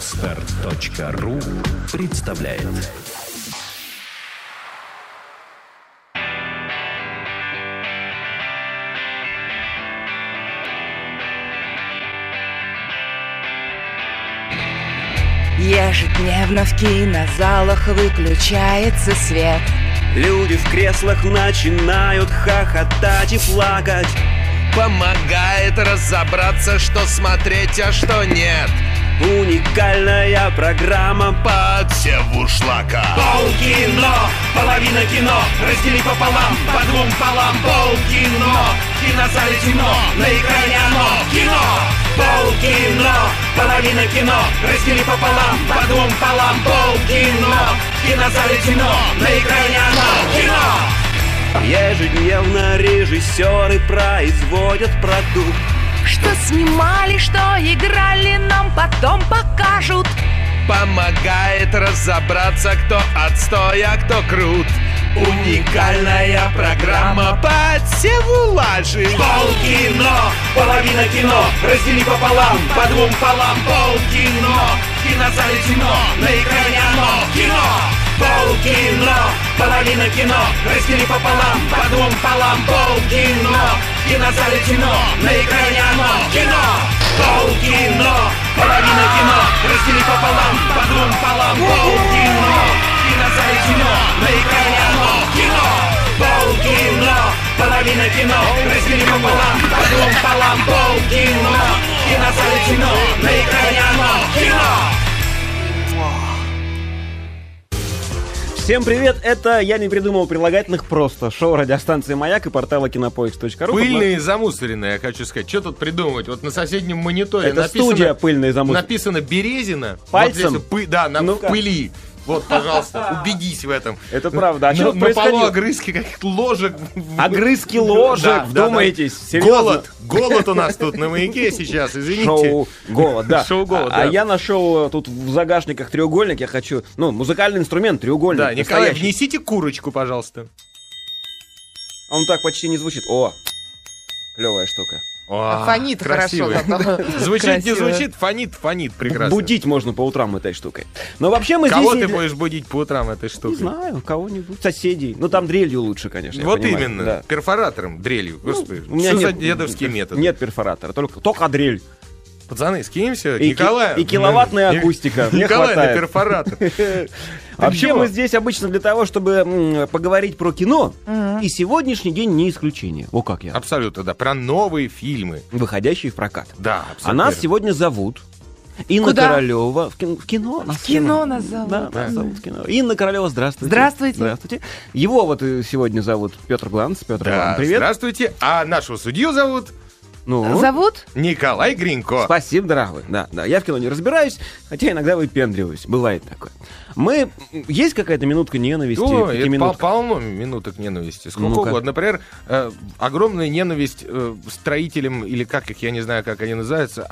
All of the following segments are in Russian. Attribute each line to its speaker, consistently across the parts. Speaker 1: Podstart.ru представляет
Speaker 2: Ежедневно в кинозалах выключается свет
Speaker 3: Люди в креслах начинают хохотать и плакать
Speaker 4: Помогает разобраться, что смотреть, а что нет
Speaker 3: Уникальная программа
Speaker 4: По отсеву шлака
Speaker 5: Полкино, половина кино, раздели пополам, по двум полам Полкино, в кинозале темно, на экране оно, кино Полкино, половина кино, раздели пополам, по двум полам Полкино, в кинозале темно, на экране оно, кино
Speaker 3: Ежедневно режиссеры производят продукт
Speaker 2: Что снимали, что играли, нам потом покажут
Speaker 4: Помогает разобраться, кто отстой, а кто крут Уникальная программа по отсеву лажи
Speaker 5: Полкино, половина кино, раздели пополам, по двум полам Полкино, в кинозале темно, на экране оно, кино Полкино, половина кино, раздели пополам, по двум полам Полкино, в кинозале темно, на экране оно, кино Полкино, половина кино, раздели пополам, по двум полам Полкино, в кинозале темно, на экране оно, кино Полкино, половина кино, раздели пополам, по двум полам Полкино, в кинозале темно, на экране оно, кино
Speaker 6: Всем привет, это «Я не придумал прилагательных просто». Шоу радиостанции «Маяк» и портала кинопоиск.ру.
Speaker 7: Пыльные и замусоренные, я хочу сказать. Что тут придумывать? Вот на соседнем мониторе
Speaker 6: Это
Speaker 7: написано...
Speaker 6: студия «Пыльные замуты».
Speaker 7: Написано «Березина».
Speaker 6: Пальцем?
Speaker 7: Вот здесь пы- да, на
Speaker 6: Ну
Speaker 7: в
Speaker 6: как?
Speaker 7: пыли. Вот, пожалуйста, убедись в этом.
Speaker 6: Это правда. А
Speaker 7: на,
Speaker 6: что тут
Speaker 7: на полу
Speaker 6: происходило?
Speaker 7: огрызки каких-то ложек.
Speaker 6: Огрызки ложек,
Speaker 7: Да, да, да.
Speaker 6: вдумайтесь. Серьезно?
Speaker 7: Голод. Голод у нас тут на маяке сейчас, извините.
Speaker 6: Шоу «Голод», да.
Speaker 7: Шоу «Голод»,
Speaker 6: А
Speaker 7: да.
Speaker 6: я нашел э, тут в загашниках треугольник, я хочу... Ну, музыкальный инструмент, треугольник.
Speaker 7: Да, Николай,
Speaker 6: настоящий.
Speaker 7: внесите курочку, пожалуйста.
Speaker 6: Он так почти не звучит. О, клевая штука.
Speaker 7: О,
Speaker 8: А Фонит хорошо
Speaker 7: А, красивый.
Speaker 8: зато.
Speaker 7: Звучит, не
Speaker 8: Красиво.
Speaker 7: звучит, фонит, фонит, прекрасно.
Speaker 6: Будить можно по утрам этой штукой. Но вообще мы здесь...
Speaker 7: Кого ты
Speaker 6: не... для-
Speaker 7: будешь будить по утрам этой штукой?
Speaker 6: Не знаю, кого-нибудь. Соседей. Ну, там дрелью лучше, конечно. я
Speaker 7: Вот
Speaker 6: понимаю,
Speaker 7: именно,
Speaker 6: да. Ну,
Speaker 7: перфоратором, дрелью. Господи,
Speaker 6: У меня
Speaker 7: что за
Speaker 6: нет,
Speaker 7: дедовский метод?
Speaker 6: Нет перфоратора, только, только дрель.
Speaker 7: Пацаны, скинемся.
Speaker 6: И ки-
Speaker 7: Николай.
Speaker 6: и киловаттная
Speaker 7: Ни-
Speaker 6: акустика. Мне
Speaker 7: Николай на
Speaker 6: хватает.
Speaker 7: перфоратор.
Speaker 6: Вообще
Speaker 7: чего?
Speaker 6: мы здесь обычно для того, чтобы м, поговорить про кино, и сегодняшний день не исключение. О, как я.
Speaker 7: Абсолютно, да. Про новые фильмы.
Speaker 6: Выходящий в прокат.
Speaker 7: Да,
Speaker 6: А
Speaker 7: абсолютно.
Speaker 6: нас сегодня зовут Инна
Speaker 8: Куда?
Speaker 6: Королева. В кин- в кино, нас
Speaker 8: кино нас зовут.
Speaker 6: Да, нас зовут в кино. Инна Королева, здравствуйте.
Speaker 8: Здравствуйте.
Speaker 6: Здравствуйте. Его вот э, сегодня зовут Петр Гланс. Петр
Speaker 7: Да,
Speaker 6: Гланс, привет.
Speaker 7: здравствуйте. А нашего судью зовут
Speaker 6: Ну,
Speaker 8: Зовут?
Speaker 7: Николай Гринько.
Speaker 6: Спасибо, дорогой. Да, да, я в кино не разбираюсь, хотя иногда выпендриваюсь. Бывает такое. Мы... Есть какая-то минутка ненависти?
Speaker 7: О, это пол-
Speaker 6: пятиминутка?
Speaker 7: полно минуток ненависти. Сколько
Speaker 6: Ну-ка.
Speaker 7: угодно. Например, э, огромная ненависть э, строителям, или как их, я не знаю, как они называются,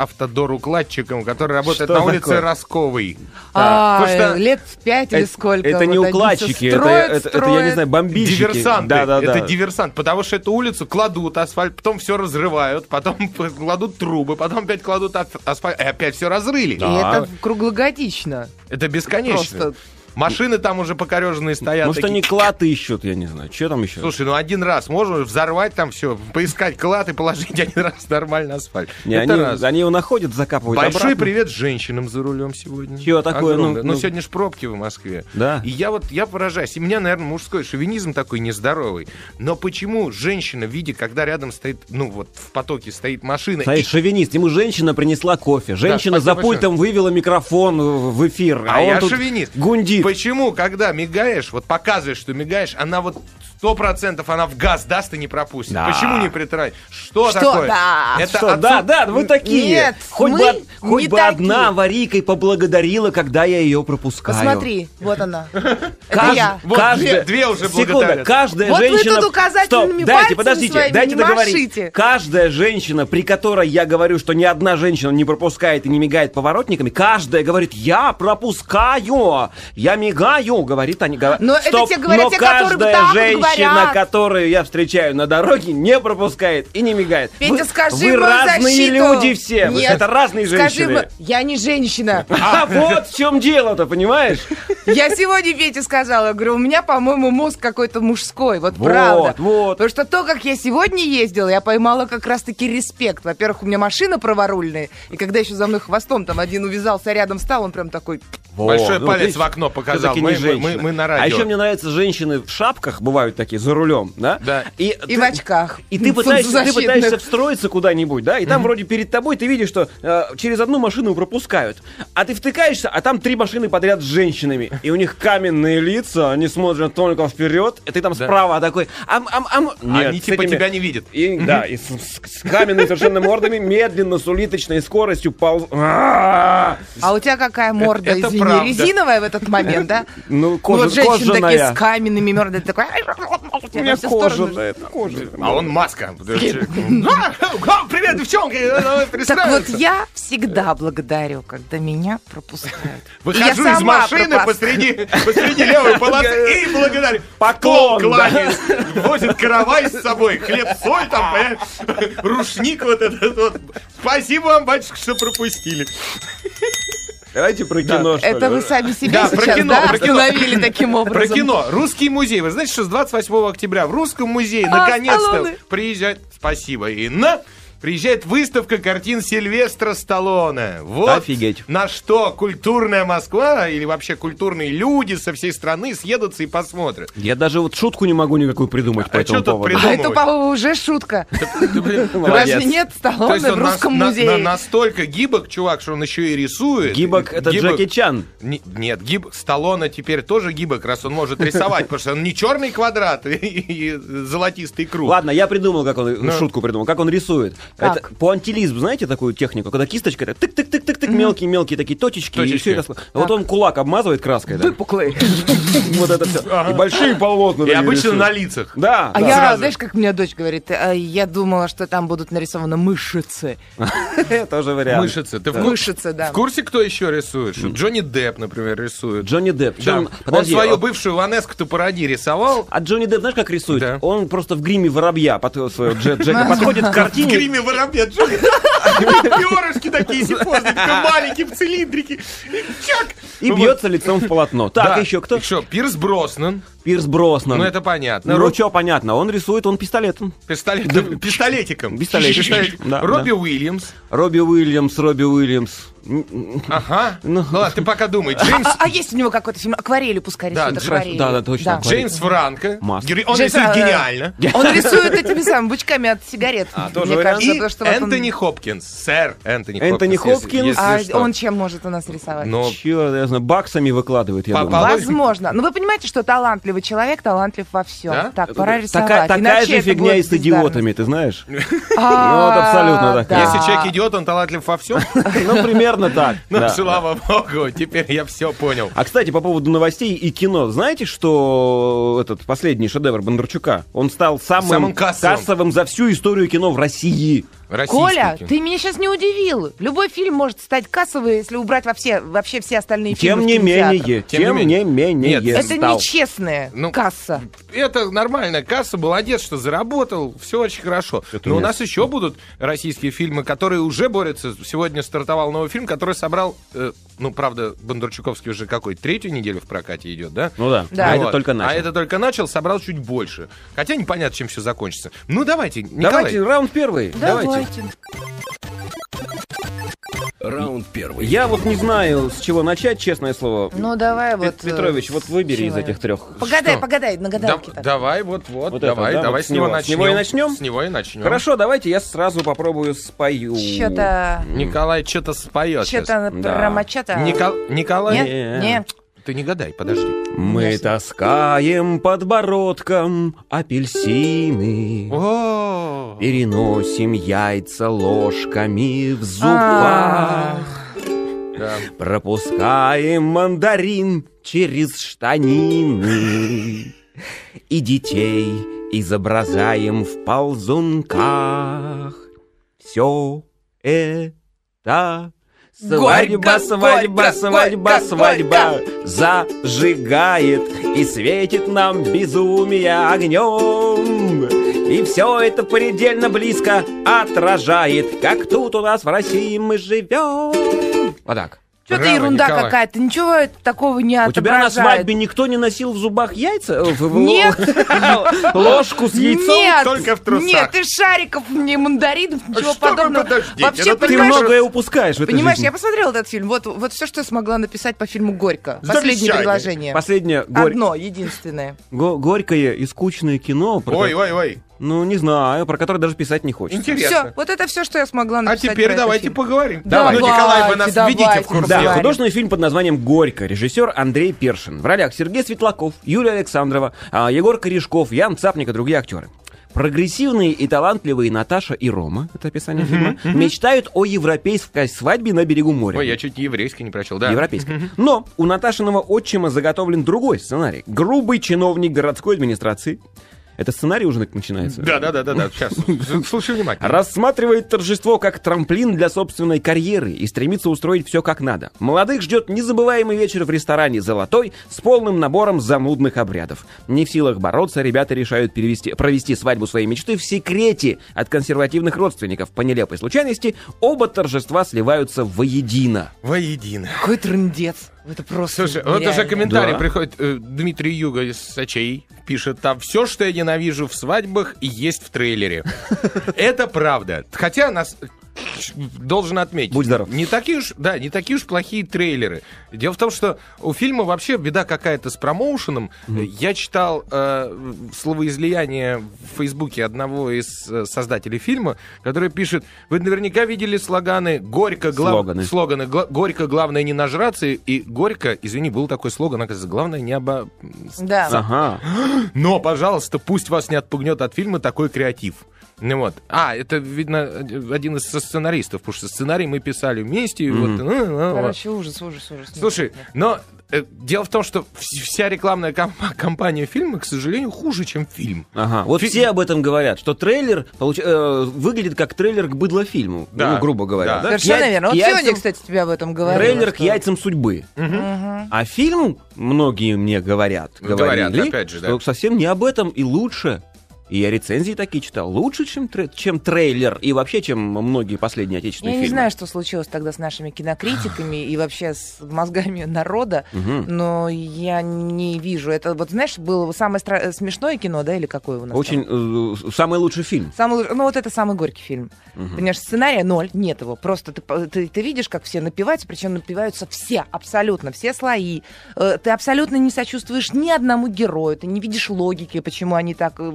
Speaker 7: автодор-укладчикам, который работает
Speaker 6: Что
Speaker 7: на улице
Speaker 6: такое?
Speaker 7: Росковой.
Speaker 8: А,
Speaker 7: Потому что
Speaker 8: э, лет пять или
Speaker 6: Это-
Speaker 8: сколько?
Speaker 6: Это не
Speaker 8: вот они всё
Speaker 6: укладчики, это,
Speaker 8: строят,
Speaker 6: это- это, я не
Speaker 8: строят.
Speaker 6: знаю, бомбильщики.
Speaker 7: Диверсанты.
Speaker 6: Да, да, да.
Speaker 7: Это диверсант. Потому что эту улицу кладут асфальт, потом все разрывают, потом кладут трубы, потом опять кладут аф- асфальт, и опять все разрыли.
Speaker 8: И это круглогодично.
Speaker 7: Это бесконечно.
Speaker 8: Просто.
Speaker 7: Машины там уже покореженные стоят.
Speaker 6: Может,
Speaker 7: такие.
Speaker 6: они клад ищут, я не знаю. Что там еще?
Speaker 7: Слушай, ну один раз можно взорвать там все, поискать клад и положить один раз нормально асфальт.
Speaker 6: не,
Speaker 7: Это
Speaker 6: они,
Speaker 7: раз.
Speaker 6: они его находят, закапывают
Speaker 7: Большой
Speaker 6: обратно.
Speaker 7: привет женщинам за рулем сегодня.
Speaker 6: Чего такое? Ну,
Speaker 7: Огромное. Ну,
Speaker 6: ну.
Speaker 7: сегодня ж пробки в Москве.
Speaker 6: Да.
Speaker 7: И я вот, я поражаюсь. И у меня, наверное, мужской шовинизм такой нездоровый. Но почему женщина, видя, когда рядом стоит, ну вот в потоке стоит машина...
Speaker 6: Смотри, шовинист. Ему женщина принесла кофе. Женщина за
Speaker 7: Э, спасибо
Speaker 6: пультом вывела микрофон в в эфир.
Speaker 7: А,
Speaker 6: он
Speaker 7: я
Speaker 6: тут
Speaker 7: шовинист.
Speaker 6: Гундит.
Speaker 7: Почему, когда мигаешь, вот показываешь, что мигаешь, она вот сто процентов она в газ даст и не пропустит.
Speaker 6: Да.
Speaker 7: Почему не притирать? Что,
Speaker 8: Что
Speaker 7: такое?
Speaker 8: да?
Speaker 7: Это
Speaker 6: Что, да,
Speaker 7: отсут-
Speaker 6: да, вы такие.
Speaker 8: Нет,
Speaker 6: хоть
Speaker 8: мы
Speaker 6: бы, од- хоть
Speaker 8: не
Speaker 6: бы
Speaker 8: такие.
Speaker 6: одна аварийкой поблагодарила, когда я ее пропускаю.
Speaker 8: Посмотри, вот она. Это
Speaker 6: Кажд-
Speaker 8: я.
Speaker 7: Вот
Speaker 6: каждая-
Speaker 7: две- две уже
Speaker 6: секунда,
Speaker 7: благодарят.
Speaker 6: каждая
Speaker 8: Вот вы
Speaker 6: женщина...
Speaker 8: тут указательными
Speaker 6: Стоп, дайте,
Speaker 8: пальцами
Speaker 6: подождите,
Speaker 8: своими
Speaker 6: дайте
Speaker 8: не
Speaker 6: договорить.
Speaker 8: машите.
Speaker 6: Каждая женщина, при которой я говорю, что ни одна женщина не пропускает и не мигает поворотниками, каждая говорит, я пропускаю, я мигаю, говорит они.
Speaker 8: Но это те говорят, те, которые
Speaker 6: каждая
Speaker 8: так вот
Speaker 6: женщина женщина,
Speaker 8: говорят.
Speaker 6: которую я встречаю на дороге, не пропускает и не мигает.
Speaker 8: Петя,
Speaker 6: Вы-
Speaker 8: скажи
Speaker 6: Вы
Speaker 8: в мою
Speaker 6: разные
Speaker 8: защиту.
Speaker 6: люди все. Вы-
Speaker 8: Нет.
Speaker 6: Это разные
Speaker 8: Скажи,
Speaker 6: женщины.
Speaker 8: ему, я не женщина.
Speaker 6: А вот в чем дело-то, понимаешь?
Speaker 8: Я сегодня Пете сказала, говорю, у меня, по-моему, мозг какой-то мужской, вот,
Speaker 6: Вот,
Speaker 8: правда.
Speaker 6: вот.
Speaker 8: Потому что то, как я сегодня ездила, я поймала как раз-таки респект. Во-первых, у меня машина праворульная, и когда еще за мной хвостом там один увязался, а рядом стал, он прям такой...
Speaker 7: Большой
Speaker 6: Вот, ну,
Speaker 7: палец
Speaker 6: видишь,
Speaker 7: в окно показал.
Speaker 6: всё-таки
Speaker 7: Мы,
Speaker 6: не
Speaker 7: мы- мы-
Speaker 6: женщина.
Speaker 7: мы на радио.
Speaker 6: А еще мне нравятся женщины в шапках, бывают такие, за рулем, да?
Speaker 7: Да.
Speaker 6: И,
Speaker 8: И
Speaker 6: ты-
Speaker 8: в очках.
Speaker 6: И ты пытаешься, ты
Speaker 8: Солнцезащитных.
Speaker 6: пытаешься встроиться куда-нибудь, да, и там вроде перед тобой ты видишь, что э, через одну машину пропускают, а ты втыкаешься, а там три машины подряд с женщинами, и у них каменные лица, они смотрят только вперед, и ты там справа такой, ам, ам, ам, Нет,
Speaker 7: Они
Speaker 6: с
Speaker 7: типа
Speaker 6: этими-
Speaker 7: тебя не видят.
Speaker 6: И, да, и с, с- с каменными совершенно мордами медленно, с улиточной скоростью полз... А-а-а!
Speaker 8: А у тебя какая морда,
Speaker 7: Это
Speaker 8: извини,
Speaker 7: правда.
Speaker 8: резиновая в этот момент, да?
Speaker 6: Ну,
Speaker 8: Ну,
Speaker 6: кожа,
Speaker 8: вот женщины такие
Speaker 6: кожаная.
Speaker 8: с каменными мордами, такой... У
Speaker 6: меня кожаная, это кожаная.
Speaker 7: А он маска. А, Привет, девчонки!
Speaker 8: Так вот я всегда благодарю, когда меня пропускают.
Speaker 7: Выхожу
Speaker 8: Я
Speaker 7: из
Speaker 8: сама э,
Speaker 7: машины
Speaker 8: пропас-
Speaker 7: посреди, посреди левой полосы и благодарю.
Speaker 6: Поклон,
Speaker 7: Пол кланяюсь. Возит каравай с собой. Хлеб, соль там, понимаешь? Рушник вот этот вот. Спасибо вам, батюшка, что пропустили.
Speaker 6: Давайте про кино, что
Speaker 8: Это
Speaker 6: ли.
Speaker 8: вы сами себя
Speaker 7: Да, про
Speaker 8: сейчас
Speaker 7: кино,
Speaker 8: да,
Speaker 7: про кино.
Speaker 8: остановили таким
Speaker 7: Про
Speaker 8: образом.
Speaker 7: кино. Русский музей. Вы знаете, что с 28 октября в Русском музее
Speaker 8: А,
Speaker 7: наконец-то
Speaker 8: Сталлоне.
Speaker 7: приезжает... Спасибо, Инна. Приезжает выставка картин Сильвестра Сталлоне. Вот
Speaker 6: Офигеть.
Speaker 7: на что культурная Москва или вообще культурные люди со всей страны съедутся и посмотрят.
Speaker 6: Я даже вот шутку не могу никакую придумать по
Speaker 7: А
Speaker 6: этому
Speaker 7: чё тут
Speaker 6: поводу.
Speaker 7: придумать?
Speaker 8: А это, по-моему, уже шутка. Разве
Speaker 6: Молодец.
Speaker 8: нет
Speaker 7: То есть
Speaker 8: Сталлоне в
Speaker 7: он
Speaker 8: русском
Speaker 7: нас- на- на-
Speaker 8: музее?
Speaker 7: настолько гибок, чувак, что он еще и рисует.
Speaker 6: Гибок это
Speaker 7: Гибок-
Speaker 6: Джеки Чан.
Speaker 7: Не- нет, гиб... Сталлоне теперь тоже гибок, раз он может рисовать, потому что он не черный квадрат и, и золотистый круг.
Speaker 6: Ладно, я придумал, как он
Speaker 7: Ну.
Speaker 6: шутку придумал, как он рисует.
Speaker 8: Как?
Speaker 6: Это пуантилизм, знаете такую технику, когда кисточка так тык-тык-тык-тык-тык, мелкие-мелкие такие точечки, и
Speaker 7: Точечки.
Speaker 6: все Вот он кулак обмазывает краской, да?
Speaker 8: Выпуклый.
Speaker 6: Вот это все. И большие полотна.
Speaker 7: И
Speaker 6: такие
Speaker 7: обычно
Speaker 6: рисует.
Speaker 7: на лицах.
Speaker 6: Да.
Speaker 8: А
Speaker 6: да.
Speaker 8: я,
Speaker 7: Сразу.
Speaker 8: знаешь, как у меня дочь говорит, «А, я думала, что там будут нарисованы мышицы.
Speaker 6: Тоже вариант.
Speaker 7: Мышицы. Ты в, кур-
Speaker 8: Мышицы, да.
Speaker 7: в курсе, кто еще рисует? Что Джонни Депп, например, рисует.
Speaker 6: Джонни Депп.
Speaker 7: Да.
Speaker 6: Чё он-
Speaker 7: Он
Speaker 6: Подожди.
Speaker 7: свою
Speaker 6: а-
Speaker 7: бывшую Ванеску Тупороди рисовал.
Speaker 6: А Джонни Депп, знаешь, как рисует?
Speaker 7: Да.
Speaker 6: Он просто в гриме воробья под своего Дже- Джека подходит к
Speaker 7: В
Speaker 6: картине.
Speaker 7: гриме воробья Джонни Перышки такие сифозные, такой маленький в цилиндрике. И чак!
Speaker 6: И
Speaker 7: Ну,
Speaker 6: бьется лицом в полотно.
Speaker 7: вот.
Speaker 6: Так,
Speaker 7: Да.
Speaker 6: еще кто?
Speaker 7: И что, Пирс Броснан.
Speaker 6: Пирс Броснан.
Speaker 7: Ну, это понятно.
Speaker 6: Ну,
Speaker 7: Роб-
Speaker 6: что понятно, он рисует, он пистолетом.
Speaker 7: пистолет-
Speaker 6: Пистолетиком.
Speaker 7: Пистолетиком. Пистолетиком.
Speaker 6: Да,
Speaker 7: Робби
Speaker 6: да.
Speaker 7: Уильямс.
Speaker 6: Робби Уильямс, Робби Уильямс. М, м,
Speaker 7: Ага.
Speaker 6: Ну.
Speaker 7: Ну ладно, ты пока думай. Джеймс
Speaker 8: А, а есть у него какой-то фильм? Акварели, пускай
Speaker 7: Да,
Speaker 8: рисует.
Speaker 7: Джеймс-
Speaker 8: акварели.
Speaker 6: да, да, точно, акварели.
Speaker 7: Джеймс Франко. Он
Speaker 6: Маска.
Speaker 8: Джеймс,
Speaker 7: рисует
Speaker 8: а,
Speaker 7: гениально.
Speaker 8: Он рисует этими самыми бычками от сигарет.
Speaker 6: тоже
Speaker 8: мне
Speaker 6: вариант.
Speaker 8: кажется,
Speaker 7: А, И
Speaker 8: потому что вот он-
Speaker 7: Энтони Хопкинс, сэр Энтони Хопкинс.
Speaker 6: Энтони
Speaker 7: если-
Speaker 6: Хопкинс.
Speaker 7: если
Speaker 8: А
Speaker 7: что. Ну,
Speaker 8: он чем может у нас рисовать?
Speaker 7: Но
Speaker 6: Чё, я знаю, баксами выкладывает, я
Speaker 7: Попал.
Speaker 6: думаю.
Speaker 8: Возможно. Но вы понимаете, что талантливый человек талантлив во всем.
Speaker 7: Да?
Speaker 8: Так, пора рисовать.
Speaker 6: Э, Такая, такая
Speaker 8: Иначе
Speaker 6: же
Speaker 8: это
Speaker 6: фигня
Speaker 8: будет
Speaker 6: и с идиотами, ты знаешь?
Speaker 8: бездарность.
Speaker 6: Ну, вот абсолютно
Speaker 8: А,
Speaker 6: такая.
Speaker 7: если
Speaker 8: да.
Speaker 7: человек идиот, он талантлив во всем.
Speaker 6: Ну, примерно так.
Speaker 7: Ну,
Speaker 6: да.
Speaker 7: слава богу, теперь я все понял.
Speaker 6: А, кстати, по поводу новостей и кино. Знаете, что этот последний шедевр Бондарчука, он стал самым,
Speaker 7: Самым кассовым.
Speaker 6: за всю историю кино в России.
Speaker 7: Российский
Speaker 8: Коля,
Speaker 7: кино.
Speaker 8: ты меня сейчас не удивил. Любой фильм может стать кассовым, если убрать во все, вообще все остальные
Speaker 6: Тем
Speaker 8: фильмы. в
Speaker 6: не
Speaker 8: кинотеатр.
Speaker 6: менее,
Speaker 7: Тем не
Speaker 6: тем не
Speaker 7: менее.
Speaker 6: менее.
Speaker 7: Нет,
Speaker 8: Это
Speaker 6: стал.
Speaker 8: нечестная
Speaker 7: Ну,
Speaker 8: касса.
Speaker 7: Это нормальная касса, молодец, что заработал, все очень хорошо. Но у нас еще будут российские фильмы, которые уже борются. Сегодня стартовал новый фильм, который собрал, э, ну, правда, Бондарчуковский уже какой, третью неделю в прокате идет, да?
Speaker 6: Ну да,
Speaker 8: Да.
Speaker 6: а
Speaker 7: Вот.
Speaker 6: это только
Speaker 7: А
Speaker 6: начал.
Speaker 7: это только начал, собрал чуть больше. Хотя непонятно, чем все закончится. Ну давайте, Николай.
Speaker 6: Давайте, раунд первый.
Speaker 1: Раунд первый.
Speaker 6: Я вот не знаю, с чего начать, честное слово.
Speaker 8: Ну, давай
Speaker 6: Пет-
Speaker 8: вот... э,
Speaker 6: Петрович, вот выбери из
Speaker 8: человек.
Speaker 6: этих трех.
Speaker 8: Погадай,
Speaker 7: Что?
Speaker 8: погадай, на
Speaker 7: Да-
Speaker 8: гадалке так.
Speaker 7: давай, вот, вот,
Speaker 6: Вот это,
Speaker 7: давай,
Speaker 6: да,
Speaker 7: давай
Speaker 6: вот
Speaker 7: с него
Speaker 6: с
Speaker 7: начнем.
Speaker 6: него и начнем?
Speaker 7: С него и начнем.
Speaker 6: Хорошо, давайте я сразу попробую спою.
Speaker 8: ну. Чё-то...
Speaker 7: Николай что-то споет сейчас.
Speaker 8: Чё-то
Speaker 6: Да.
Speaker 8: промочата.
Speaker 7: Никол- Николай,
Speaker 8: Нет,
Speaker 6: Не.
Speaker 8: нет.
Speaker 7: ты не гадай, подожди.
Speaker 6: Мы таскаем подбородком апельсины,
Speaker 7: О,
Speaker 6: переносим яйца ложками в
Speaker 8: А.
Speaker 6: зубах, пропускаем мандарин через штанины и детей изображаем в ползунках. Все это Свадьба,
Speaker 8: Горько,
Speaker 6: свадьба,
Speaker 8: горько,
Speaker 6: свадьба,
Speaker 8: горько,
Speaker 6: свадьба зажигает и светит нам безумие огнем. И все это предельно близко отражает, как тут у нас в России мы живем. Вот так.
Speaker 8: Что-то
Speaker 7: Браво,
Speaker 8: ерунда
Speaker 7: Николай.
Speaker 8: какая-то, ничего это такого не
Speaker 6: У тебя на
Speaker 8: отображает.
Speaker 6: свадьбе никто не носил в зубах яйца? Э, в- в-
Speaker 8: Нет.
Speaker 6: Ложку с яйцом?
Speaker 8: Нет,
Speaker 7: только в трусах. А
Speaker 8: Нет, и шариков, не мандаринов, ничего
Speaker 7: что вы
Speaker 8: подобного.
Speaker 7: подождите,
Speaker 8: Вообще,
Speaker 7: ну, ты
Speaker 6: Ты
Speaker 8: понимаешь,
Speaker 6: многое упускаешь в этой
Speaker 8: понимаешь,
Speaker 6: жизни.
Speaker 8: я посмотрела этот фильм. Вот, вот все, что я смогла написать по фильму Горько. Последнее
Speaker 7: Замечание.
Speaker 8: предложение.
Speaker 6: Последнее горь-
Speaker 8: Одно, единственное.
Speaker 6: го- горькое и скучное кино, про
Speaker 7: Ой,
Speaker 6: ко-
Speaker 7: ой, ой.
Speaker 6: ну не знаю, про которое даже писать не хочется.
Speaker 8: Все,
Speaker 7: Интересно.
Speaker 8: вот это все, что я смогла
Speaker 7: А
Speaker 8: написать. про
Speaker 7: теперь
Speaker 8: этот
Speaker 7: давайте
Speaker 8: фильм.
Speaker 7: поговорим.
Speaker 8: Давайте,
Speaker 7: Ну, Николай, вы нас
Speaker 8: давайте,
Speaker 7: введите в курс
Speaker 6: Да,
Speaker 8: Поговорим.
Speaker 7: дела.
Speaker 6: художественный фильм под названием «Горько». Режиссер Андрей Першин. В ролях Сергей Светлаков, Юлия Александрова, а, Егор Корешков, Ян Цапник и другие актеры. Прогрессивные и талантливые Наташа и Рома, это описание фильма, мечтают о европейской свадьбе на берегу моря.
Speaker 7: Ой, я чуть еврейский не прочел, да.
Speaker 6: Европейской. Но у Наташиного отчима заготовлен другой сценарий. Грубый чиновник городской администрации. Это сценарий уже так начинается.
Speaker 7: Да, да, да, да, да. Сейчас. Слушай внимательно.
Speaker 6: Рассматривает торжество как трамплин для собственной карьеры и стремится устроить все как надо. Молодых ждет незабываемый вечер в ресторане «Золотой» с полным набором замудных обрядов. Не в силах бороться, ребята решают перевести, провести свадьбу своей мечты в секрете от консервативных родственников. По нелепой случайности оба торжества сливаются воедино.
Speaker 7: Воедино.
Speaker 8: Какой трындец. Это просто
Speaker 7: Слушай, вот
Speaker 8: нереально.
Speaker 7: уже комментарий
Speaker 6: Да.
Speaker 7: приходит. э, Дмитрий Юга из Сочей пишет, там все, что я ненавижу в свадьбах, и есть в трейлере. Это правда. Хотя нас э, ч- должен отметить.
Speaker 6: Будь здоров.
Speaker 7: Не такие уж, да, не такие уж плохие трейлеры. Дело в том, что у фильма вообще беда какая-то с промоушеном. Э, Я читал э, словоизлияние в Фейсбуке одного из э, создателей фильма, который пишет: вы наверняка видели слоганы "Горько гла-
Speaker 6: Слоганы.
Speaker 7: слоганы гла- горько главное не нажраться и- и горько, извини, был такой слоган, оказывается, главное не оба.
Speaker 8: Да.
Speaker 6: Ага.
Speaker 7: Но, пожалуйста, пусть вас не отпугнет от фильма такой креатив. Ну вот. А, это, видно, один из со- сценаристов, потому что сценарий мы писали вместе. и вот, ну, ну, вот.
Speaker 8: Короче, ужас, ужас, ужас.
Speaker 7: Слушай, но э, дело в том, что вс- вся рекламная кам- кампания фильма, к сожалению, хуже, чем фильм.
Speaker 8: А,
Speaker 6: Ага. Вот
Speaker 7: Фи-
Speaker 6: все об этом говорят, что трейлер получ- э, выглядит как трейлер к быдлофильму,
Speaker 7: Да.
Speaker 6: ну, грубо говоря.
Speaker 7: Да.
Speaker 6: да?
Speaker 8: Совершенно
Speaker 6: К я-
Speaker 8: верно.
Speaker 6: к
Speaker 8: Вот
Speaker 6: яйцам-
Speaker 8: сегодня, кстати, тебя об этом говорила.
Speaker 6: Трейлер к
Speaker 8: что-
Speaker 6: яйцам судьбы. А фильм, многие мне говорят,
Speaker 7: Ну, Говорят,
Speaker 6: говорили,
Speaker 7: опять же, да.
Speaker 6: что совсем не об этом и лучше. И я рецензии такие читал. Лучше, чем, тре- чем трейлер и вообще, чем многие последние
Speaker 8: Я
Speaker 6: отечественные
Speaker 8: не
Speaker 6: фильмы.
Speaker 8: знаю, что случилось тогда с нашими кинокритиками и вообще с мозгами народа, но я не вижу. Это вот, знаешь, было самое стра- смешное кино, да, или какое у нас? там?
Speaker 6: Очень э, самый лучший фильм.
Speaker 8: Самый, луч- ну вот это самый горький фильм. Понимаешь, сценария ноль, нет его. Просто ты, по- ты, ты видишь, как все напиваются, причем напиваются все, абсолютно, все слои. Э, Ты абсолютно не сочувствуешь ни одному герою, ты не видишь логики, почему они так э,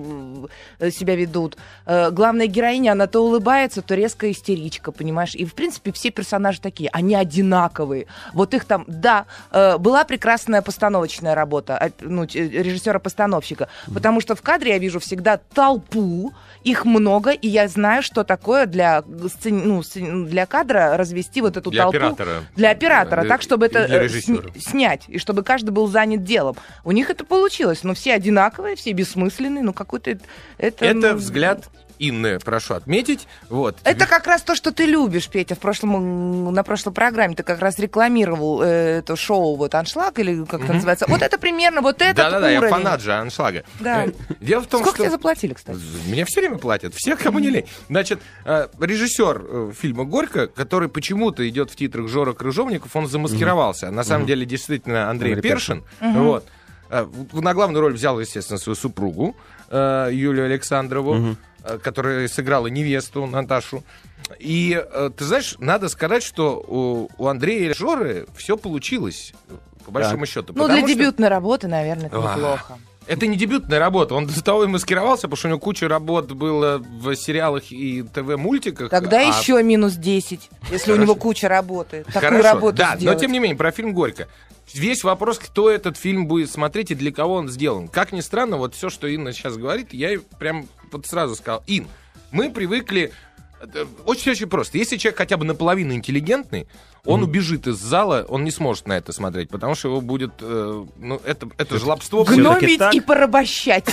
Speaker 8: э, себя ведут. Э, Главная героиня, она то улыбается, то резко истеричка, понимаешь. И, в принципе, все персонажи такие, они одинаковые. Вот их там, да, э, была прекрасная постановочная работа от, ну, ч- режиссера-постановщика, потому что в кадре я вижу всегда толпу, их много, и я знаю, что такое для, сцен- ну, сцен- для кадра развести вот эту
Speaker 7: Для
Speaker 8: толпу.
Speaker 7: оператора.
Speaker 8: Для оператора,
Speaker 7: Да,
Speaker 8: так, чтобы
Speaker 7: и
Speaker 8: это
Speaker 7: для
Speaker 8: э,
Speaker 7: режиссера.
Speaker 8: сня- снять, и чтобы каждый был занят делом. У них это получилось, но все одинаковые, все бессмысленные, ну какой-то... Это,
Speaker 7: Это
Speaker 8: ну,
Speaker 7: взгляд Инны, прошу отметить. Вот.
Speaker 8: это как раз то, что ты любишь, Петя. В прошлом, м, на прошлой программе ты как раз рекламировал э, это шоу вот «Аншлаг» или как это называется. Вот это примерно вот этот
Speaker 7: Да-да-да, я
Speaker 8: уровень.
Speaker 7: фанат же аншлага.
Speaker 8: Да.
Speaker 7: Э, Дело в том,
Speaker 8: Сколько
Speaker 7: что...
Speaker 8: тебе заплатили, кстати?
Speaker 7: Мне все время платят, всех, кому не лень. Значит, э, режиссер э, фильма «Горько», который почему-то идет в титрах Жора Крыжовников, он замаскировался. На самом деле, действительно, Андрей,
Speaker 6: Андрей
Speaker 7: Першин. Вот. Э, в- На главную роль взял, естественно, свою супругу э, Юлию Александрову, э, которая сыграла невесту Наташу. И э, ты знаешь, надо сказать, что у, у Андрея и Жоры все получилось, по большому счету.
Speaker 8: Ну,
Speaker 7: потому
Speaker 8: для
Speaker 7: что-
Speaker 8: дебютной работы, наверное, это
Speaker 7: Ах.
Speaker 8: неплохо.
Speaker 7: это не дебютная работа. Он до того и маскировался, потому что у него куча работ было в сериалах и ТВ-мультиках.
Speaker 8: Тогда
Speaker 7: а-
Speaker 8: еще минус 10, если у него куча работы. Такую
Speaker 7: Хорошо,
Speaker 8: работу
Speaker 7: да,
Speaker 8: сделать.
Speaker 7: но тем не менее, про фильм «Горько». Весь вопрос, кто этот фильм будет смотреть и для кого он сделан. Как ни странно, вот все, что Инна сейчас говорит, я ей прям вот сразу сказал. Ин, мы привыкли э, Очень-очень просто. Если человек хотя бы наполовину интеллигентный, он убежит из зала, он не сможет на это смотреть, потому что его будет... э, ну, это, это жлобство...
Speaker 8: Гномить
Speaker 6: так.
Speaker 8: и порабощать.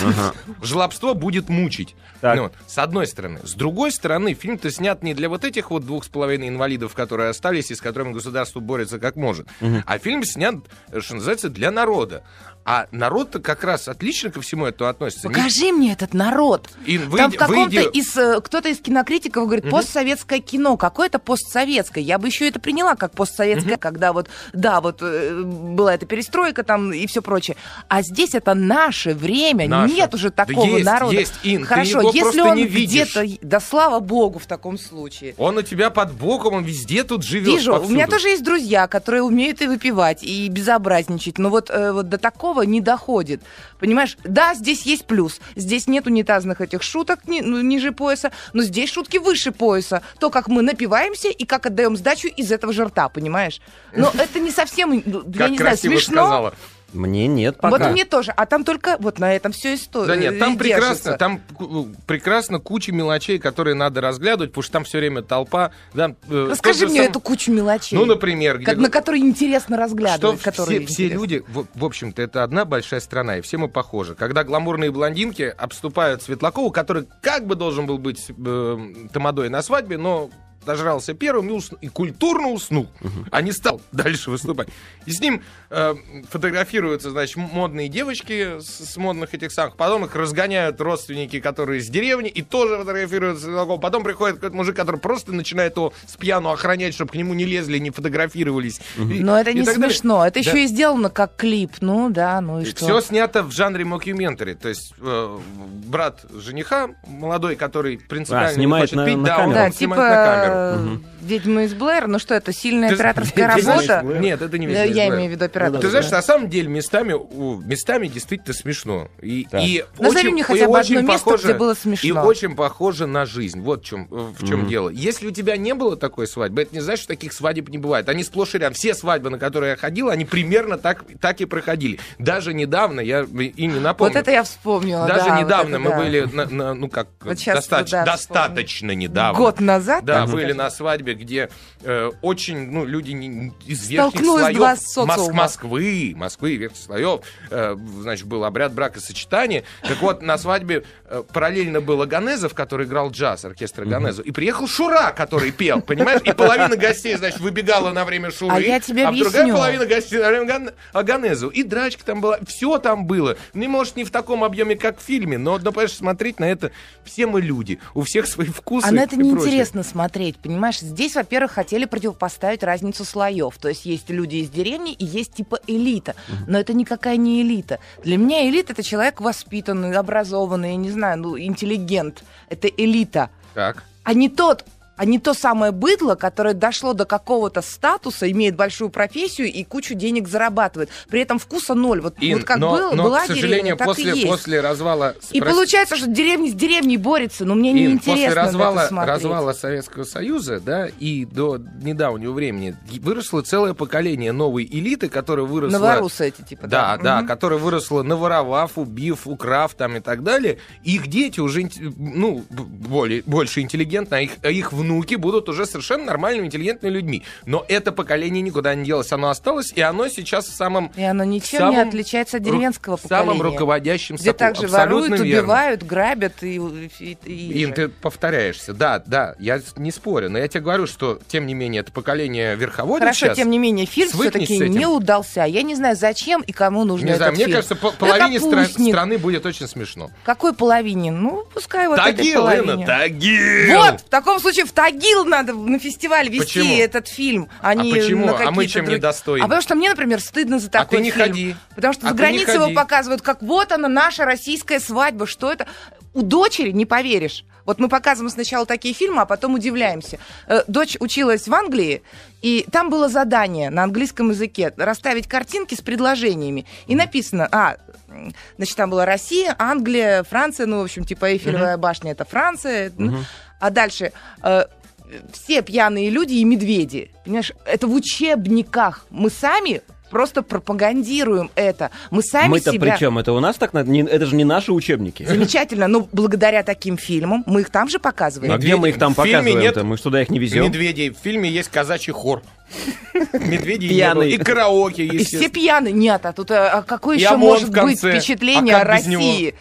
Speaker 7: Жлобство будет мучить.
Speaker 6: Так.
Speaker 7: Ну вот, с одной стороны. С другой стороны, фильм-то снят не для вот этих вот двух с половиной инвалидов, которые остались и с которыми государство борется как может. А фильм снят, э, что называется, для народа. А народ-то как раз отлично ко всему этому относится. Не-
Speaker 8: Покажи мне этот народ.
Speaker 7: И
Speaker 8: Там
Speaker 7: выйди-
Speaker 8: в каком-то
Speaker 7: выйди-
Speaker 8: из э, кто-то из кинокритиков говорит постсоветское кино, какое-то постсоветское. Я бы еще это приняла как постсоветское, когда вот да, вот э, была эта перестройка там и все прочее. А здесь это наше время,
Speaker 7: Наше.
Speaker 8: нет уже
Speaker 7: Да
Speaker 8: такого
Speaker 7: есть,
Speaker 8: народа.
Speaker 7: есть, Ин, ты
Speaker 8: Хорошо,
Speaker 7: его
Speaker 8: если
Speaker 7: просто
Speaker 8: он
Speaker 7: не видишь.
Speaker 8: где-то, да слава богу в таком случае.
Speaker 7: Он у тебя под боком, он везде тут живет.
Speaker 8: Вижу, у меня
Speaker 7: повсюду.
Speaker 8: тоже есть друзья, которые умеют и выпивать, и безобразничать, но вот, э, вот до такого не доходит. Понимаешь, да, здесь есть плюс. Здесь нет унитазных этих шуток ни- ну, ниже пояса, но здесь шутки выше пояса. То, как мы напиваемся и как отдаем сдачу из этого же рта, понимаешь? Но это не совсем, ну, я
Speaker 7: Как
Speaker 8: не знаю,
Speaker 7: красиво
Speaker 8: смешно.
Speaker 7: сказала.
Speaker 6: Мне нет
Speaker 8: Вот мне тоже. А там только вот на этом все и стоит.
Speaker 7: Да нет, там прекрасно, там ку- э, прекрасно куча мелочей, которые надо разглядывать, потому что там все время толпа. да, э, тот
Speaker 8: Расскажи
Speaker 7: же
Speaker 8: Ну, мне
Speaker 7: сам-
Speaker 8: эту кучу мелочей.
Speaker 7: Ну, например, где-
Speaker 8: как- на которые интересно
Speaker 7: что
Speaker 8: разглядывать.
Speaker 7: все-
Speaker 8: которые
Speaker 7: все,
Speaker 8: интересно.
Speaker 7: люди, в, в общем-то, это одна большая страна, и все мы похожи. Когда гламурные блондинки обступают Светлакову, который как бы должен был быть э, тамадой на свадьбе, но дожрался первым и, усн- и культурно уснул, а не стал дальше выступать. И с ним э, фотографируются, значит, модные девочки с, с модных этих самых, потом их разгоняют родственники, которые из деревни, и тоже фотографируются Светлакова. Потом приходит какой-то мужик, который просто начинает его с пьяну охранять, чтобы к нему не лезли, не фотографировались. И-
Speaker 8: Но это
Speaker 7: и
Speaker 8: не
Speaker 7: так далее.
Speaker 8: смешно. Это
Speaker 7: Да.
Speaker 8: еще и сделано как клип. Ну да, ну и что?
Speaker 7: Все снято в жанре мокюментари. То есть э, брат жениха, молодой, который принципиально
Speaker 6: А, снимает
Speaker 7: не хочет
Speaker 6: на-
Speaker 7: пить,
Speaker 6: на
Speaker 7: да, он
Speaker 6: камеру.
Speaker 8: да,
Speaker 7: вам
Speaker 8: типа
Speaker 7: снимает на камеру.
Speaker 8: э, «Ведьма из Блэр». Ну что, это сильная
Speaker 7: Ты-
Speaker 8: операторская
Speaker 7: ты знаешь,
Speaker 8: работа?
Speaker 7: Нет, это не
Speaker 8: Да,
Speaker 7: «Ведьма из
Speaker 8: Я
Speaker 7: Блэр».
Speaker 8: имею в виду операторскую.
Speaker 7: Ты знаешь, на самом деле местами, у- местами действительно смешно. И, и
Speaker 8: Назови
Speaker 7: очень-
Speaker 8: мне
Speaker 7: и
Speaker 8: хотя бы
Speaker 7: очень
Speaker 8: одно место,
Speaker 7: похоже-
Speaker 8: где было
Speaker 7: И
Speaker 8: смешно.
Speaker 7: очень похоже на жизнь. Вот в чем, в чем дело. Если у тебя не было такой свадьбы, это не значит, что таких свадеб не бывает. Они сплошь и рядом. Все свадьбы, на которые я ходил, они примерно так, так и проходили. Даже недавно, я и не напомню.
Speaker 8: Вот это я вспомнила,
Speaker 7: Даже
Speaker 8: да, вот
Speaker 7: недавно
Speaker 8: это
Speaker 7: мы
Speaker 8: да.
Speaker 7: были, на- на- ну как,
Speaker 8: Вот щас,
Speaker 7: достаточно,
Speaker 8: да,
Speaker 7: достаточно недавно.
Speaker 8: Год назад?
Speaker 7: Да,
Speaker 8: так
Speaker 7: были
Speaker 8: скажем.
Speaker 7: на свадьбе, где э, очень, ну, люди не- не- из верхних
Speaker 8: Столкнулось
Speaker 7: слоев
Speaker 8: два социума.
Speaker 7: Москвы, Москвы и верхних слоев, э, значит, был обряд бракосочетания. Так вот, на свадьбе э, параллельно был Аганезов, который играл джаз, оркестр Аганезов, и приехал Шура, который пел, понимаешь? И половина гостей, значит, выбегала на время Шуры,
Speaker 8: А я тебе
Speaker 7: а другая
Speaker 8: объясню.
Speaker 7: половина гостей на время Аган- Аганезова. И драчка там была, все там было. Не может, не в таком объеме, как в фильме, но, ну, понимаешь, смотреть на это все мы люди, у всех свои вкусы
Speaker 8: А на это
Speaker 7: и прочее.
Speaker 8: неинтересно смотреть, понимаешь? Здесь, во-первых, хотели противопоставить разницу слоев. То есть есть люди из деревни и есть типа элита. Но это никакая не элита. Для меня элита — это человек воспитанный, образованный, я не знаю, ну, интеллигент. Это элита.
Speaker 7: Так.
Speaker 8: а не тот, а не то самое быдло, которое дошло до какого-то статуса, имеет большую профессию и кучу денег зарабатывает. При этом вкуса ноль. А Вот,
Speaker 7: Ин,
Speaker 8: вот как
Speaker 7: но,
Speaker 8: был-
Speaker 7: но,
Speaker 8: была
Speaker 7: к сожалению,
Speaker 8: деревня, так
Speaker 7: после,
Speaker 8: и есть.
Speaker 7: после развала...
Speaker 8: И
Speaker 7: прости,
Speaker 8: получается, что деревня с деревней борется, но мне
Speaker 7: Ин,
Speaker 8: неинтересно
Speaker 7: после
Speaker 8: на
Speaker 7: развала,
Speaker 8: это смотреть.
Speaker 7: развала Советского Союза, да, и до недавнего времени выросло целое поколение новой элиты, которая выросла...
Speaker 8: Новорусы эти, типа.
Speaker 7: Да, да,
Speaker 8: Мгм.
Speaker 7: которая выросла наворовав, убив, украв там и так далее. Их дети уже, инте- ну, б- более, больше интеллигентны, а их, а их внуки будут уже совершенно нормальными, интеллигентными людьми. Но это поколение никуда не делось, оно осталось, и оно сейчас в самом...
Speaker 8: И оно ничем
Speaker 7: самом
Speaker 8: не отличается от
Speaker 7: ру-
Speaker 8: деревенского
Speaker 7: в
Speaker 8: поколения.
Speaker 7: Самым руководящим
Speaker 8: Где
Speaker 7: соку-
Speaker 8: также
Speaker 7: абсолютно
Speaker 8: воруют,
Speaker 7: верно.
Speaker 8: убивают, грабят и... и- и-
Speaker 7: Ин, ты повторяешься. Да, да, я с- не спорю, но я тебе говорю, что, тем не менее, это поколение верховодит
Speaker 8: Хорошо,
Speaker 7: сейчас.
Speaker 8: тем не менее, фильм
Speaker 7: Свыкнись
Speaker 8: все-таки
Speaker 7: с этим.
Speaker 8: не удался. Я не знаю, зачем и кому нужно
Speaker 7: Не знаю,
Speaker 8: этот
Speaker 7: мне
Speaker 8: фильм.
Speaker 7: кажется, по-
Speaker 8: Да
Speaker 7: половине стра-
Speaker 8: капустник.
Speaker 7: страны будет очень смешно.
Speaker 8: Какой половине? Ну, пускай вот этой
Speaker 7: Тагил, А
Speaker 8: половине.
Speaker 7: Инна, Тагил!
Speaker 8: Вот, в таком случае в Тагил надо на фестиваль вести
Speaker 7: Почему?
Speaker 8: этот фильм, а, не
Speaker 7: почему?
Speaker 8: на
Speaker 7: А мы
Speaker 8: какие-то
Speaker 7: чем
Speaker 8: другие.
Speaker 7: недостойны? А
Speaker 8: А потому что мне, например, стыдно за такой
Speaker 7: ты не
Speaker 8: фильм.
Speaker 7: ходи.
Speaker 8: Потому что
Speaker 7: А
Speaker 8: за
Speaker 7: ты не
Speaker 8: границей его
Speaker 7: ходи.
Speaker 8: показывают, как вот она, наша российская свадьба, что это? У дочери не поверишь. Вот мы показываем сначала такие фильмы, а потом удивляемся. Э, Дочь училась в Англии, и там было задание на английском языке расставить картинки с предложениями. И написано, а, м, значит, там была Россия, Англия, Франция, ну, в общем, типа Эйфелевая башня, это Франция. ну. А дальше э, все пьяные люди и медведи. Понимаешь, это в учебниках. Мы сами просто пропагандируем это. Мы сами
Speaker 6: Мы-то
Speaker 8: себя...
Speaker 6: при чем? Это у нас так надо? Не- Это же не наши учебники.
Speaker 8: Замечательно, но благодаря таким фильмам мы их там же показываем.
Speaker 6: А
Speaker 7: Ну,
Speaker 6: где мы их там
Speaker 7: В фильме
Speaker 6: показываем-то?
Speaker 7: нет
Speaker 6: Мы что, туда их не везем?
Speaker 7: Медведей. В фильме есть казачий хор. Медведи не было.
Speaker 6: Пьяный.
Speaker 7: и караоке.
Speaker 8: И
Speaker 7: есть.
Speaker 8: все пьяны. Нет, а тут а, а какое
Speaker 7: И
Speaker 8: еще
Speaker 7: ОМОН
Speaker 8: может
Speaker 7: в
Speaker 8: быть
Speaker 7: конце.
Speaker 8: впечатление
Speaker 7: А
Speaker 8: о
Speaker 7: как без
Speaker 8: России?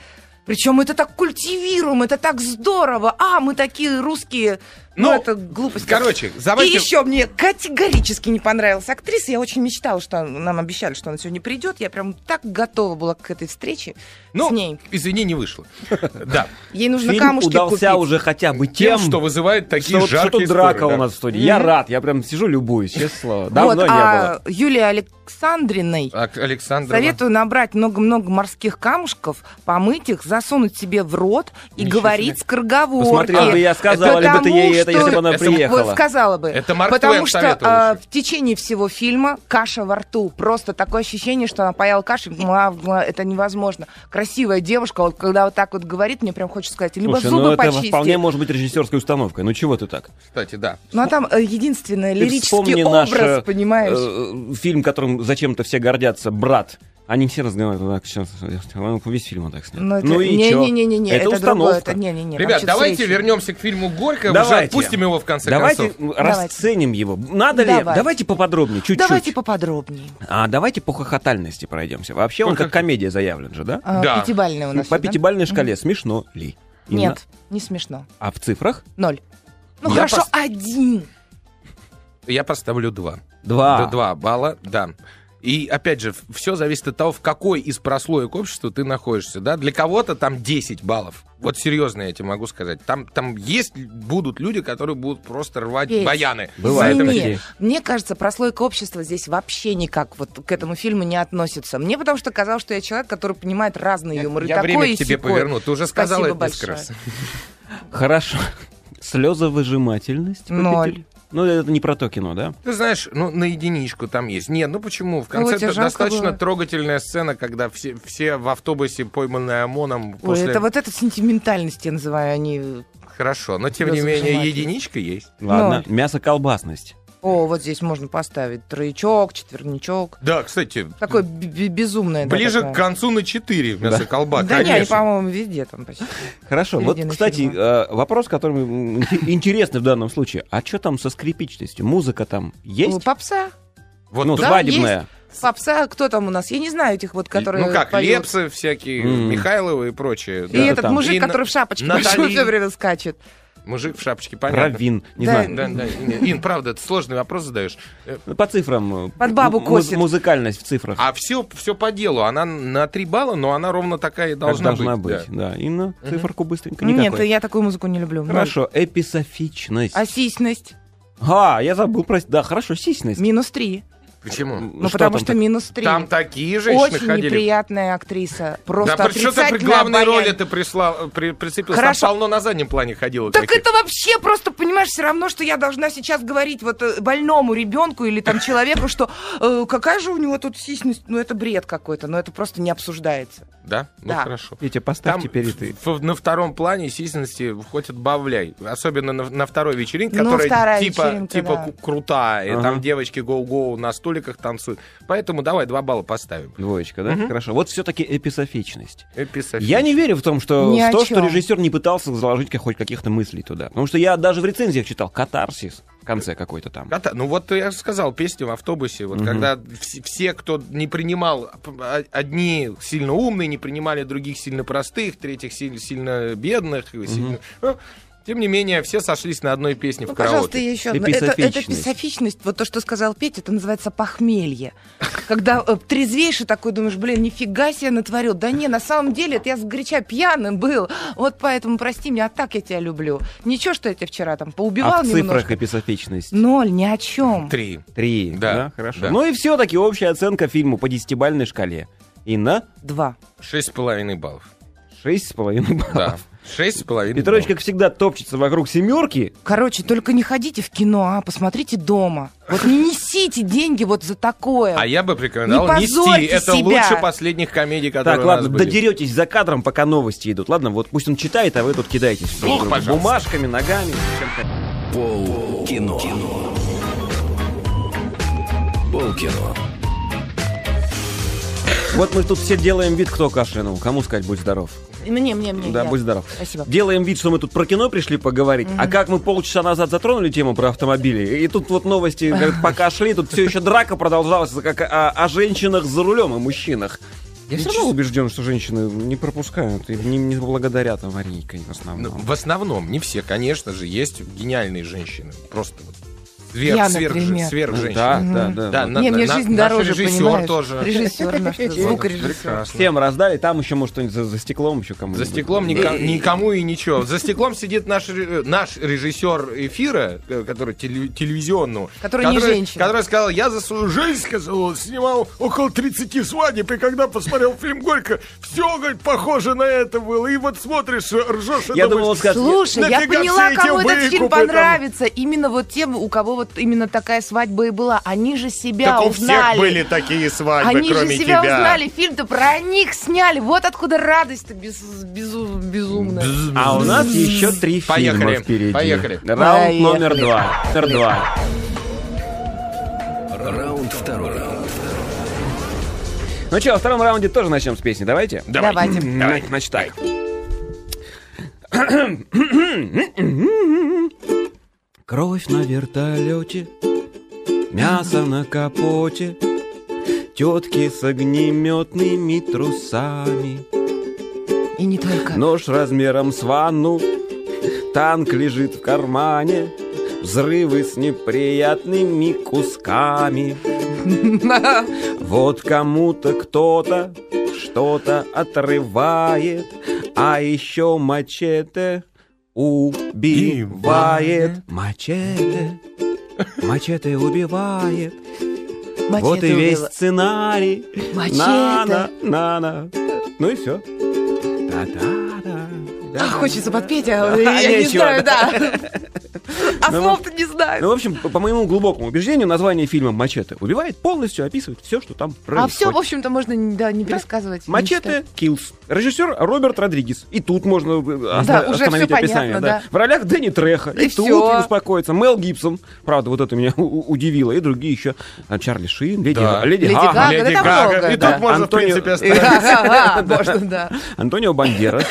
Speaker 8: Причем это так культивируем, это так здорово. А, мы такие русские. Ну,
Speaker 7: Ну,
Speaker 8: это глупость.
Speaker 7: короче,
Speaker 8: И
Speaker 7: давайте-
Speaker 8: еще мне категорически не понравилась актриса. Я очень мечтала, что нам обещали, что она сегодня придет. Я прям так готова была к этой встрече
Speaker 7: Ну,
Speaker 8: с ней.
Speaker 7: извини, не вышло. Да.
Speaker 8: Ей нужно
Speaker 6: Фильм
Speaker 8: камушки
Speaker 6: удался
Speaker 8: купить.
Speaker 6: уже хотя бы
Speaker 7: Тем,
Speaker 6: тем,
Speaker 7: что вызывает такие
Speaker 6: что вот
Speaker 7: жаркие
Speaker 6: что-то
Speaker 7: истории,
Speaker 6: драка
Speaker 7: да.
Speaker 6: у нас в студии. Я рад, я прям сижу любуюсь, честное слово. Давно
Speaker 8: Вот,
Speaker 6: не
Speaker 8: а
Speaker 6: было.
Speaker 8: Юлии Александриной
Speaker 7: А- Александра.
Speaker 8: Советую набрать много-много морских камушков, помыть их, засунуть себе в рот и
Speaker 7: Ничего
Speaker 8: говорить
Speaker 7: себе.
Speaker 8: скороговорки.
Speaker 6: Посмотрел бы я, сказала ли бы ты ей это,
Speaker 8: Потому
Speaker 6: если бы она
Speaker 8: что- Вот
Speaker 6: приехала.
Speaker 8: сказала бы.
Speaker 7: Это Марк
Speaker 8: Потому
Speaker 7: Твен
Speaker 8: что
Speaker 7: советовал
Speaker 8: а,
Speaker 7: еще.
Speaker 8: в течение всего фильма каша во рту. Просто такое ощущение, что она поела кашу. муа, муа, а, Это невозможно. Красивая девушка, вот когда вот так вот говорит, мне прям хочется сказать, либо
Speaker 6: Слушай, ну
Speaker 8: зубы
Speaker 6: это
Speaker 8: почисти.
Speaker 6: вполне может быть режиссерской установкой. Ну чего ты так?
Speaker 7: Кстати, да.
Speaker 8: Ну а там э, единственное,
Speaker 6: Ты
Speaker 8: лирический
Speaker 6: вспомни
Speaker 8: образ,
Speaker 6: наш, э,
Speaker 8: понимаешь?
Speaker 6: э, фильм, которым зачем-то все гордятся, брат. Они все разговаривают так, сейчас, весь фильм он так снят.
Speaker 8: Ну, это-
Speaker 6: ну и чё?
Speaker 8: не-не-не-не,
Speaker 6: это,
Speaker 8: это, другое,
Speaker 6: установка.
Speaker 8: это не-не-не. там
Speaker 7: Ребят,
Speaker 8: что-то с
Speaker 7: давайте
Speaker 8: речью.
Speaker 7: вернемся к фильму Горько. Уже
Speaker 6: Давайте.
Speaker 7: отпустим его в конце
Speaker 6: Давайте
Speaker 7: концов.
Speaker 6: м, расценим его. Надо ли?
Speaker 8: Давайте.
Speaker 6: Давайте поподробнее, чуть-чуть.
Speaker 8: Давайте поподробнее.
Speaker 6: А давайте по хохотальности пройдемся. Вообще он как комедия заявлен же, да?
Speaker 8: А,
Speaker 7: Да.
Speaker 8: Пятибалльная у нас.
Speaker 6: По
Speaker 8: всё, да?
Speaker 6: пятибалльной шкале смешно ли? И на-
Speaker 8: Нет, не смешно.
Speaker 6: А в цифрах?
Speaker 8: Ноль. Ну
Speaker 7: Я
Speaker 8: хорошо,
Speaker 7: пос-
Speaker 8: один.
Speaker 7: Я поставлю два.
Speaker 6: Два.
Speaker 7: До два балла, да. И опять же, все зависит от того, в какой из прослоек общества ты находишься. Да? Для кого-то там 10 баллов. Вот серьезно я тебе могу сказать. Там, там есть, будут люди, которые будут просто рвать
Speaker 8: Петь,
Speaker 7: баяны.
Speaker 6: Бывает
Speaker 8: Извини,
Speaker 6: такие.
Speaker 8: мне кажется, прослойка общества здесь вообще никак вот к этому фильму не относится. Мне потому что казалось, что я человек, который понимает разные юморы.
Speaker 7: Я время к тебе
Speaker 8: повернул.
Speaker 7: поверну. Ты уже сказала
Speaker 8: Спасибо
Speaker 7: это несколько раз.
Speaker 8: большое.
Speaker 6: Хорошо. Слезовыжимательность. победили.
Speaker 8: Ноль.
Speaker 6: Ну, это не про то кино, да?
Speaker 7: Ты знаешь, ну, на единичку там есть. Нет, ну почему? В
Speaker 8: Ну, вот
Speaker 7: конце
Speaker 8: тебе
Speaker 7: это
Speaker 8: жалко
Speaker 7: достаточно
Speaker 8: было.
Speaker 7: трогательная сцена, когда все, все в автобусе, пойманные ОМОНом,
Speaker 8: Ой,
Speaker 7: после...
Speaker 8: это вот это сентиментальность, я называю, они...
Speaker 7: Хорошо, но тем не
Speaker 8: Слезы
Speaker 7: менее
Speaker 8: выжимательность.
Speaker 7: единичка есть.
Speaker 6: Ладно. Мясо-колбасность.
Speaker 8: О, вот здесь можно поставить троечок, четверничок.
Speaker 7: Да, кстати,
Speaker 8: Такое б- б- безумное. да,
Speaker 7: ближе
Speaker 8: такое.
Speaker 7: к концу на 4 вместо колбак.
Speaker 8: Да не, они,
Speaker 7: конечно.
Speaker 8: по-моему, везде там почти.
Speaker 6: Хорошо. Вот,
Speaker 8: Середина
Speaker 6: кстати,
Speaker 8: фильма.
Speaker 6: э, вопрос, который м, инте- интересный в данном случае. А что там со скрипичностью? Музыка там есть?
Speaker 8: Попса.
Speaker 7: Вот
Speaker 6: ну,
Speaker 8: Ну,
Speaker 7: тут-
Speaker 8: да,
Speaker 6: свадебная.
Speaker 8: Попса, кто там у нас? Я не знаю этих вот, которые
Speaker 7: ну как,
Speaker 8: поют.
Speaker 7: Лепсы всякие,
Speaker 6: М.
Speaker 7: Михайловы и прочее.
Speaker 8: И
Speaker 7: да.
Speaker 8: этот
Speaker 6: там.
Speaker 8: мужик,
Speaker 7: И на-
Speaker 8: который в шапочке
Speaker 7: Натали.
Speaker 8: все время скачет.
Speaker 7: Мужик в шапочке, понятно.
Speaker 6: Равин. Не
Speaker 8: Да.
Speaker 6: знаю.
Speaker 7: Да, да, Ин, Ин, правда, это сложный вопрос задаешь. Э,
Speaker 6: Ну, По цифрам. э,
Speaker 8: Под бабу
Speaker 6: м-
Speaker 8: косит.
Speaker 6: Музыкальность в цифрах.
Speaker 7: А все, все по делу. Она на 3 балла, но она ровно такая и
Speaker 6: Как
Speaker 7: должна, быть. да.
Speaker 6: да. И на циферку быстренько.
Speaker 8: Ну, Нет,
Speaker 6: Никакой.
Speaker 8: я такую музыку не люблю. Ноль.
Speaker 6: Хорошо, эписофичность.
Speaker 8: А сисьность?
Speaker 6: А, я забыл про... Да, хорошо, сисьность.
Speaker 8: Минус три.
Speaker 7: Почему?
Speaker 8: Ну, потому
Speaker 6: там
Speaker 8: что
Speaker 6: так-
Speaker 8: минус три.
Speaker 7: Там такие женщины
Speaker 8: Очень
Speaker 7: ходили.
Speaker 8: неприятная актриса. Просто
Speaker 7: да, при- что ты при
Speaker 8: отрицательное
Speaker 7: главной
Speaker 8: обаяние.
Speaker 7: роли ты прислал, при, прицепил?
Speaker 8: Хорошо.
Speaker 7: Там полно на заднем плане ходило.
Speaker 8: Так
Speaker 7: таких.
Speaker 8: это вообще просто, понимаешь, все равно, что я должна сейчас говорить вот э, больному ребенку или там человеку, что э, какая же у него тут сисьность, ну это бред какой-то, но это просто не обсуждается.
Speaker 7: Да? Ну,
Speaker 8: Да.
Speaker 7: хорошо.
Speaker 6: Петя, поставь
Speaker 7: Там
Speaker 6: теперь и ты.
Speaker 7: в- на втором плане сисенности хоть отбавляй. Особенно на, на второй вечеринке,
Speaker 8: Ну,
Speaker 7: которая
Speaker 8: вторая
Speaker 7: типа,
Speaker 8: вечеринка,
Speaker 7: типа
Speaker 8: да.
Speaker 7: ку- крутая.
Speaker 6: Ага.
Speaker 7: Там девочки гоу-гоу на столиках танцуют. Поэтому давай два балла поставим.
Speaker 6: Двоечка, да? Хорошо. Вот все-таки эписофичность.
Speaker 7: Эписофичность.
Speaker 6: Я не верю в том, что
Speaker 8: Ни
Speaker 6: в
Speaker 8: о
Speaker 6: то, что
Speaker 8: чем.
Speaker 6: режиссер не пытался заложить хоть каких-то мыслей туда. Потому что я даже в рецензиях читал катарсис в конце какой-то
Speaker 8: Э,
Speaker 6: там.
Speaker 7: Кота- Ну вот я же сказал, песню в автобусе, вот когда вс- все, кто не принимал, а, одни сильно умные, не принимали других сильно простых, третьих сильно, сильно бедных, и сильно- Ну, тем не менее, все сошлись на одной песне
Speaker 8: Ну,
Speaker 7: в караоке.
Speaker 8: пожалуйста, я еще одно. Это, это
Speaker 6: Эписофичность.
Speaker 8: эписофичность. Вот то, что сказал Петя, это называется похмелье. Когда э, трезвейший такой думаешь, блин, нифига себе натворил. Да не, на самом деле, это я сгоряча пьяным был. Вот поэтому прости меня, а так я тебя люблю. Ничего, что я тебя вчера там поубивал
Speaker 6: а в цифрах
Speaker 8: немножко.
Speaker 6: эписофичность.
Speaker 8: Ноль, ни о чем.
Speaker 7: Три.
Speaker 6: Три.
Speaker 7: Да,
Speaker 6: хорошо.
Speaker 7: да.
Speaker 6: Ну и все-таки общая оценка фильму по десятибальной шкале. И на
Speaker 8: Два.
Speaker 7: Шесть с половиной баллов.
Speaker 6: шесть с половиной баллов.
Speaker 7: Да. Шесть с половиной
Speaker 6: Петрович,
Speaker 7: баллов.
Speaker 6: как всегда, топчется вокруг семерки.
Speaker 8: Короче, только не ходите в кино, а посмотрите дома. Вот не несите деньги вот за такое.
Speaker 7: А я бы рекомендовал
Speaker 8: Не
Speaker 7: нести.
Speaker 8: позорьте
Speaker 7: Это
Speaker 8: себя.
Speaker 7: лучше последних комедий, которые
Speaker 6: Так,
Speaker 7: у нас
Speaker 6: ладно,
Speaker 7: были.
Speaker 6: додеретесь за кадром, пока новости идут. Ладно, вот пусть он читает, а вы тут кидаетесь. друг
Speaker 7: Слух,
Speaker 6: друга
Speaker 7: пожалуйста.
Speaker 6: Бумажками, ногами.
Speaker 1: Полкино. Полкино.
Speaker 6: Вот мы тут все делаем вид, кто кашлянул. Кому сказать, будь здоров.
Speaker 8: Мне, мне, мне.
Speaker 6: Да,
Speaker 8: я.
Speaker 6: будь здоров.
Speaker 8: Спасибо.
Speaker 6: Делаем вид, что мы тут про кино пришли поговорить, а как мы полчаса назад затронули тему про автомобили, и тут вот новости, говорят, пока шли, тут все еще драка продолжалась, как о, о женщинах за рулем и мужчинах. Я все равно убежден, что женщины не пропускают и не, не благодарят аварийкой в
Speaker 7: Ну,
Speaker 6: основном.
Speaker 7: в основном, не все, конечно же, есть гениальные женщины. Просто вот
Speaker 8: Я,
Speaker 7: сверх, сверх,
Speaker 8: например.
Speaker 7: сверх женщин.
Speaker 6: да, да, да, да.
Speaker 7: на-
Speaker 8: Не, мне
Speaker 7: на-
Speaker 8: жизнь
Speaker 7: наш
Speaker 8: дороже,
Speaker 7: режиссер
Speaker 8: понимаешь?
Speaker 7: тоже.
Speaker 8: Режиссер наш, звукорежиссер.
Speaker 7: Прекрасно.
Speaker 6: Всем раздали, там еще, может, кто-нибудь за, за стеклом еще кому-нибудь.
Speaker 7: За стеклом нико- никому и ничего. За стеклом сидит наш, ре- э, наш режиссер эфира, э, который теле- телевизионного.
Speaker 8: Который не женщина.
Speaker 7: Который сказал, я за свою жизнь, сказал, он, снимал около 30 свадеб, и когда посмотрел фильм «Горько», все, говорит, похоже на это было. И вот смотришь, ржешь и
Speaker 6: Я думал, он
Speaker 7: думаешь...
Speaker 6: скажет,
Speaker 8: Слушай, я
Speaker 7: Нафига
Speaker 8: поняла,
Speaker 7: все эти
Speaker 8: кому этот фильм
Speaker 7: выкупы там?
Speaker 8: понравится. Именно вот тем, у кого вот именно такая свадьба и была. Они же себя
Speaker 9: Так у всех
Speaker 8: узнали.
Speaker 9: были такие свадьбы,
Speaker 8: А Они же
Speaker 9: кроме тебя.
Speaker 8: себя узнали, фильм-то про них сняли. Вот откуда радость-то без, безу- безумная.
Speaker 6: А у нас еще три фильма
Speaker 7: Поехали,
Speaker 6: впереди.
Speaker 7: поехали.
Speaker 6: Раунд номер
Speaker 8: Поехали.
Speaker 6: два. Номер два.
Speaker 1: Раунд второй.
Speaker 6: Ну что, во втором раунде тоже начнем с песни, давайте?
Speaker 8: Давайте.
Speaker 6: Давай. Значит так. Кровь на вертолете, мясо на капоте, тетки с огнеметными трусами,
Speaker 8: И не только.
Speaker 6: нож размером с ванну, танк лежит в кармане, взрывы с неприятными кусками. Вот кому-то кто-то что-то отрывает, а еще мачете убивает. Мачете, мачете убивает.
Speaker 8: Мачете
Speaker 6: вот и весь
Speaker 8: убила.
Speaker 6: сценарий.
Speaker 8: Мачете.
Speaker 6: На-на, на-на. Ну и все. Да-да-да.
Speaker 8: А, хочется подпеть,
Speaker 6: Да,
Speaker 8: а я не
Speaker 6: нечего,
Speaker 8: знаю, да. А
Speaker 6: Ну,
Speaker 8: слов-то не знаю.
Speaker 6: Ну, в общем, по, по моему глубокому убеждению, название фильма «Мачете» убивает полностью описывает все, что там происходит.
Speaker 8: А все, в общем-то, можно не- да, не пересказывать. не читать.
Speaker 6: Мачете Киллс. Режиссер Роберт Родригес. И тут можно э,
Speaker 8: Да,
Speaker 6: оста-
Speaker 8: уже
Speaker 6: остановить
Speaker 8: всё
Speaker 6: описание.
Speaker 8: понятно, да.
Speaker 6: В ролях Дэнни Треха. И,
Speaker 8: И
Speaker 6: тут
Speaker 8: всё.
Speaker 6: успокоится. Мел Гибсон. Правда, вот это меня у- у- удивило. И другие еще. Чарли Шин, Леди,
Speaker 7: Да.
Speaker 6: Леди
Speaker 8: Леди
Speaker 6: Гага,
Speaker 8: Гага, да там много.
Speaker 7: И
Speaker 8: да.
Speaker 7: тут можно,
Speaker 6: а, Антонио- э,
Speaker 7: в принципе, остановиться.
Speaker 8: Ага, Можно, да.
Speaker 6: Антонио Бандера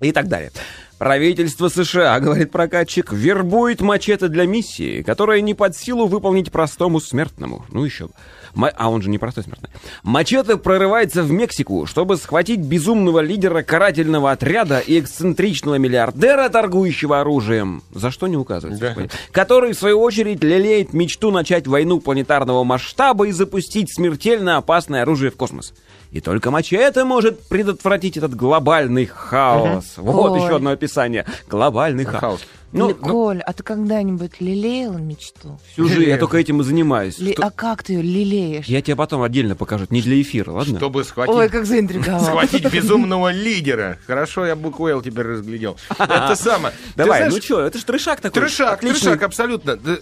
Speaker 6: и так далее. Правительство США, говорит прокатчик, вербует мачете для миссии, которая не под силу выполнить простому смертному. Ну еще бы. Ма- А он же не простой смертный. Мачете прорывается в Мексику, чтобы схватить безумного лидера карательного отряда и эксцентричного миллиардера, торгующего оружием. За что не указывается. господи. Который, в свою очередь, лелеет мечту начать войну планетарного масштаба и запустить смертельно опасное оружие в космос. И только мачете может предотвратить этот глобальный хаос. Вот
Speaker 8: Ой.
Speaker 6: еще одно описание. Глобальный хаос.
Speaker 7: Хаос.
Speaker 6: Ну, ну,
Speaker 8: Николь, а ты когда-нибудь лелеяла мечту?
Speaker 6: всю жизнь я только этим и занимаюсь.
Speaker 8: Ле-
Speaker 6: Что-
Speaker 8: А как ты ее лелеешь?
Speaker 6: Я тебе потом отдельно покажу, не для эфира, ладно?
Speaker 7: Чтобы схватить
Speaker 8: Ой, как заинтриговал.
Speaker 7: Схватить безумного лидера. Хорошо, я букву Л теперь разглядел. Это самое. Ты
Speaker 6: Давай,
Speaker 7: знаешь,
Speaker 6: ну что, это же трешак такой.
Speaker 7: Трешак,
Speaker 6: отличный.
Speaker 7: трешак, а- абсолютно. Да,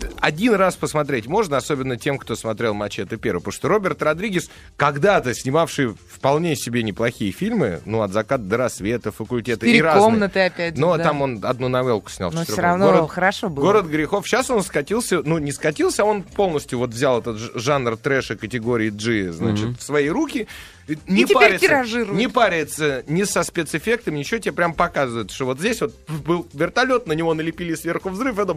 Speaker 7: да, Один раз посмотреть можно, особенно тем, кто смотрел «Мачете» первый. Потому что Роберт Родригес, когда-то снимавший вполне себе неплохие фильмы, ну, «От заката до рассвета», «Факультеты» и
Speaker 8: Четыре
Speaker 7: разные.
Speaker 8: комнаты опять же,
Speaker 7: Но
Speaker 8: да.
Speaker 7: там он одну новелку снял. в
Speaker 8: Но
Speaker 7: четырёх.
Speaker 8: всё равно
Speaker 7: Город-
Speaker 8: хорошо было.
Speaker 7: «Город грехов». Сейчас он скатился, ну, не скатился, а он полностью вот взял этот ж- жанр трэша категории G, значит, в свои руки. И Не
Speaker 8: теперь
Speaker 7: парится,
Speaker 8: тиражирует.
Speaker 7: Не парится ни со спецэффектами, ничего. Тебе прям показывают, что вот здесь вот был вертолет, на него налепили сверху взрыв, это...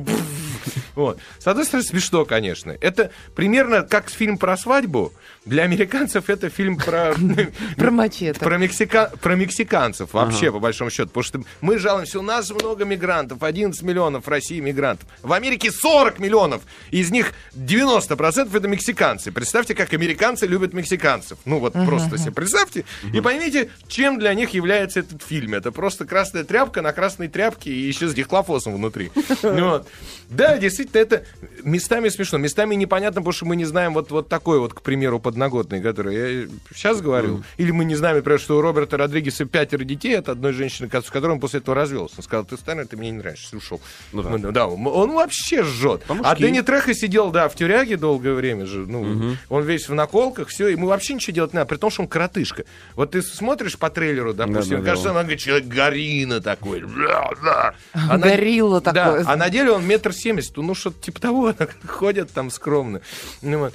Speaker 7: Вот. С одной стороны, смешно, конечно. Это примерно как фильм про свадьбу. Для американцев это фильм про...
Speaker 8: Про мачете.
Speaker 7: Про, мексика- про мексиканцев вообще, по большому счету. Потому что мы жалуемся, у нас много мигрантов, 11 миллионов в России мигрантов. В Америке 40 миллионов. Из них 90% это мексиканцы. Представьте, как американцы любят мексиканцев. Ну вот просто себе представьте. И поймите, чем для них является этот фильм. Это просто красная тряпка на красной тряпке и еще с дихлофосом внутри. Ну вот. Да, действительно, это местами смешно, местами непонятно, потому что мы не знаем вот, вот такой вот, к примеру, подноготный, который я сейчас говорил. Или мы не знаем, например, что у Роберта Родригеса пятеро детей от одной женщины, ко- с которой он после этого развелся. Он сказал, ты старый, ты мне не нравишься, и ушел.
Speaker 6: Ну да.
Speaker 7: Мы- да. он, он вообще жжет.
Speaker 6: По-мужски.
Speaker 7: А Дэнни Треха сидел, да, в тюряге долгое время же. Ну, он весь в наколках, все, ему вообще ничего делать не надо, при том, что он коротышка. Вот ты смотришь по трейлеру, допустим,
Speaker 6: да, да.
Speaker 7: кажется, она говорит, человек горина такой. Бля, да. А на-
Speaker 8: Горилла
Speaker 7: да,
Speaker 8: такое.
Speaker 7: а на деле он метр семьдесят, ну что-то типа того, ходят там скромно. Ну вот.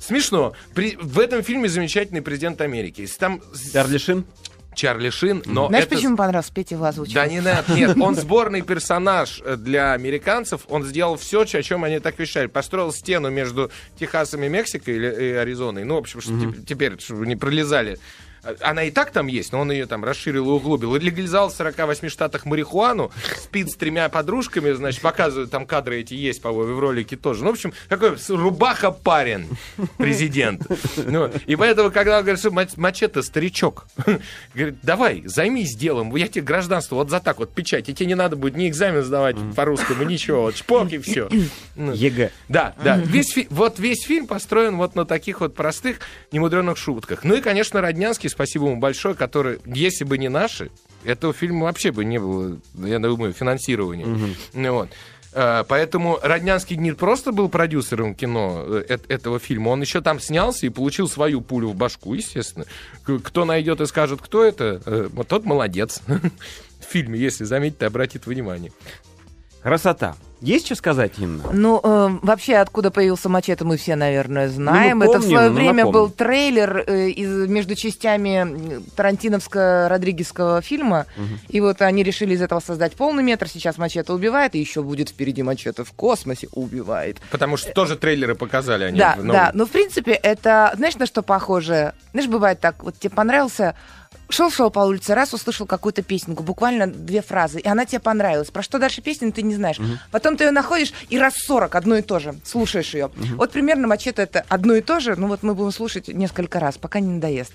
Speaker 7: смешно. При- в этом фильме замечательный президент Америки. Если Там с-
Speaker 6: Арлишин?
Speaker 7: Чарли Шин, но
Speaker 8: Знаешь,
Speaker 7: это-
Speaker 8: почему понравился Петя его озвучил?
Speaker 7: Да не надо, нет, он сборный персонаж э, для американцев, он сделал все, о чем они так вещали. Построил стену между Техасом и Мексикой или и Аризоной, ну, в общем, чтоб теп- теперь, чтобы не пролезали. А, Она и так там есть, но он ее там расширил и углубил. И Легализовал в 48 штатах марихуану, спит с тремя подружками, значит, показывают там кадры эти есть, по-моему, в ролике тоже. Ну, в общем, такой с- рубаха-парень президент. Ну, и поэтому, когда он говорит, что мач- мачете, старичок, говорит, давай, займись делом, я тебе гражданство вот за так вот печать, и тебе не надо будет ни экзамен сдавать по-русскому, ничего, вот чпок и Ну, все.
Speaker 6: ЕГЭ.
Speaker 7: Да, да. Весь фи- вот весь фильм построен вот на таких вот простых, немудренных шутках. Ну и, конечно, Роднянский, спасибо ему большое, который, если бы не наши, этого фильма вообще бы не было, я думаю, финансирования. Ну Вот. Э, Поэтому Роднянский не просто был продюсером кино э, эт- этого фильма, он еще там снялся и получил свою пулю в башку, естественно. К- Кто найдет и скажет, кто это, э, вот тот молодец. В фильме, если заметить, обратит внимание.
Speaker 6: Красота. Есть что сказать, Инна?
Speaker 8: Ну, э, вообще, откуда появился мачете, мы все, наверное, знаем.
Speaker 6: Ну, мы
Speaker 8: Это в
Speaker 6: помним,
Speaker 8: свое
Speaker 6: но
Speaker 8: время
Speaker 6: напомним.
Speaker 8: был трейлер э, из, между частями м, тарантиновско-родригесского фильма. И вот они решили из этого создать полный метр. Сейчас мачете убивает, и еще будет впереди мачете в космосе убивает.
Speaker 7: Потому что тоже трейлеры показали они.
Speaker 8: да,
Speaker 7: в
Speaker 6: ну.
Speaker 7: новом
Speaker 8: да. Но, в принципе, это, знаешь, на что похоже? Знаешь, бывает так, вот тебе понравился... Шел-шел по улице, раз услышал какую-то песенку, буквально две фразы, и она тебе понравилась. Про что дальше песня, ты не знаешь. Потом ты ее находишь и раз 40 одно и то же, слушаешь ее. Вот примерно мачете это одно и то же, ну вот мы будем слушать несколько раз, пока не надоест.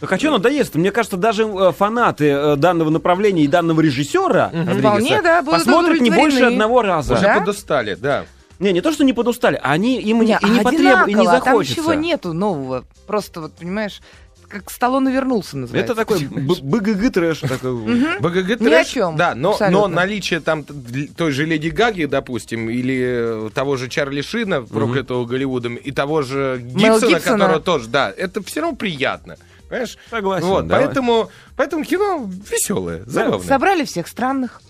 Speaker 6: Ну, хочу надоест. Мне кажется, даже э, фанаты э, данного направления и данного режиссера Родригеса
Speaker 8: Вполне, да, будут
Speaker 6: посмотрят не больше
Speaker 8: удовлетворены.
Speaker 6: одного раза.
Speaker 7: Уже
Speaker 8: Да?
Speaker 7: подустали, да.
Speaker 6: Не, не то, что не подустали, а они им не,
Speaker 8: Не,
Speaker 6: и не
Speaker 8: а
Speaker 6: потребуют, и не
Speaker 8: одинаково, а Там
Speaker 6: захочется.
Speaker 8: ничего нету нового. Просто вот, понимаешь, как Сталлоне вернулся, называется.
Speaker 6: Это такой б- БГГ трэш такой.
Speaker 7: БГГ
Speaker 8: Ни о
Speaker 7: трэш,
Speaker 8: чем,
Speaker 7: Да, но, но
Speaker 8: абсолютно.
Speaker 7: наличие там т- дл- той же Леди Гаги, допустим, или э, того же Чарли Шина, проклятого Голливудом, и того же Гибсона,
Speaker 8: Гибсона.
Speaker 7: которого тоже, да, это все равно приятно. Понимаешь?
Speaker 6: Согласен,
Speaker 7: Вот,
Speaker 6: давай.
Speaker 7: поэтому, поэтому кино веселое, забавное.
Speaker 8: Собрали всех странных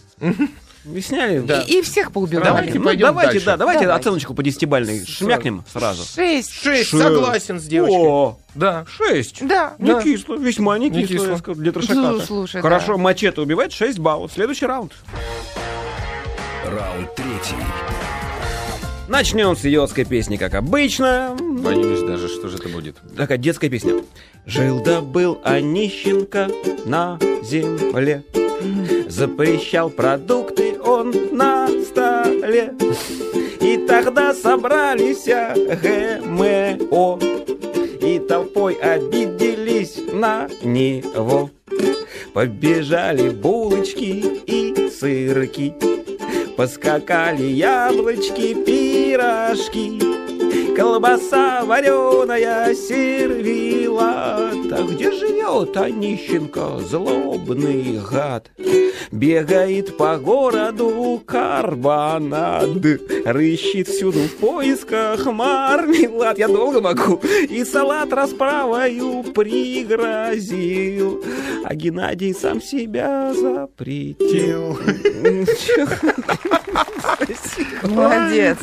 Speaker 6: Объясняли?
Speaker 8: и, и всех поубирали.
Speaker 7: Давайте
Speaker 6: Ну,
Speaker 7: пойдем
Speaker 6: давайте,
Speaker 7: дальше.
Speaker 6: да, давайте,
Speaker 8: Давайте.
Speaker 6: оценочку по десятибалльной шмякнем сразу.
Speaker 8: Шесть.
Speaker 7: Шесть, согласен с девочкой.
Speaker 6: О,
Speaker 7: Да.
Speaker 6: шесть.
Speaker 8: Да.
Speaker 6: Не
Speaker 7: Да.
Speaker 6: кисло, весьма не
Speaker 7: Не
Speaker 6: кисло,
Speaker 7: кисло.
Speaker 6: я сказал, для трешака.
Speaker 8: слушай, да.
Speaker 6: Хорошо, мачете убивает, 6 баллов. Следующий раунд.
Speaker 1: Раунд третий.
Speaker 6: Начнем с идиотской песни, как обычно.
Speaker 7: Боюсь даже, что же это будет.
Speaker 6: Такая детская песня. Жил да был Онищенко на земле. Запрещал продукты он на столе. И тогда собрались а, ГМО. И толпой обиделись на него. Побежали булочки и сырки. Поскакали яблочки, пирожки. Колбаса вареная сервелата Где живет Онищенко, злобный гад? Бегает по городу карбонад Рыщет всюду в поисках мармелад Я долго могу И салат расправою пригрозил А Геннадий сам себя запретил
Speaker 8: Молодец.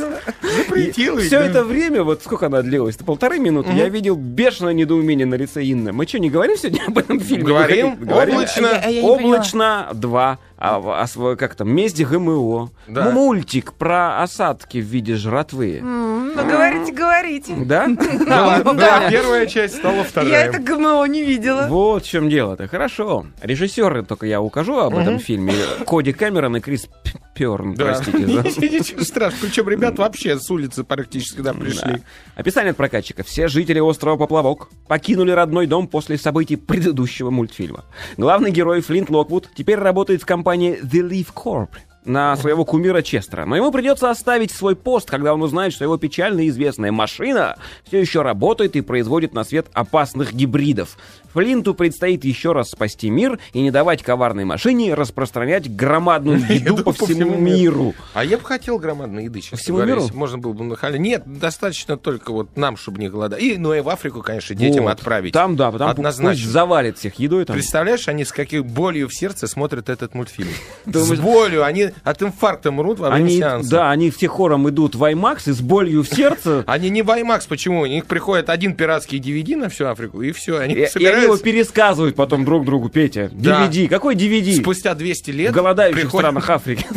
Speaker 6: Все это время, вот сколько она длилась? Это полторы минуты. Я видел бешеное недоумение на лице Инны. Мы что, не говорим сегодня об этом фильме?
Speaker 7: Говорим.
Speaker 6: Выходи, говорим.
Speaker 7: Облачно.
Speaker 8: А я- а я не
Speaker 6: Облачно 2. А, в- а сво- как там? Месть ГМО.
Speaker 7: Да.
Speaker 6: Мультик про осадки в виде жратвы.
Speaker 8: М, Ну, говорите, говорите.
Speaker 6: Да?
Speaker 7: Да,
Speaker 8: ну,
Speaker 7: да,
Speaker 8: да.
Speaker 7: первая часть стала вторая.
Speaker 8: Я это ГМО не видела.
Speaker 6: Вот в чем дело-то. Хорошо. Режиссеры только я укажу об этом фильме. Коди Кэмерон и Крис П- Перн,
Speaker 7: Да.
Speaker 6: простите. за-
Speaker 7: Ничего страшного. Причем ребят вообще с улицы практически да, пришли.
Speaker 6: Описание от прокатчика. Все жители острова Поплавок покинули родной дом после событий предыдущего мультфильма. Главный герой Флинт Локвуд теперь работает в компании The Leaf Corp на своего кумира Честера. Но ему придется оставить свой пост, когда он узнает, что его печально известная машина все еще работает и производит на свет опасных гибридов. Флинту предстоит еще раз спасти мир и не давать коварной машине распространять громадную еду по всему миру.
Speaker 7: А я бы хотел громадной еды, сейчас
Speaker 6: всему миру?
Speaker 7: Можно было бы нахалить. Нет, достаточно только вот нам, чтобы не голодать. И, ну и в Африку, конечно, детям
Speaker 6: Вот.
Speaker 7: отправить.
Speaker 6: Там, да, там пусть
Speaker 7: Однозначно.
Speaker 6: завалит всех едой. Там.
Speaker 7: Представляешь, они с какой болью в сердце смотрят этот мультфильм. С
Speaker 6: Думаешь-
Speaker 7: болью. Они люди от инфаркта мрут во время
Speaker 6: Они,
Speaker 7: сеанса.
Speaker 6: да, они все хором идут в IMAX и с болью в сердце.
Speaker 7: Они не в IMAX, почему? У них приходит один пиратский DVD на всю Африку, и все, они
Speaker 6: И, и они его
Speaker 7: собираются...
Speaker 6: пересказывают потом друг другу, Петя.
Speaker 7: Да.
Speaker 6: DVD. Какой DVD?
Speaker 7: Спустя 200
Speaker 6: В
Speaker 7: лет
Speaker 6: голодающих
Speaker 7: приходит-
Speaker 6: странах Африки.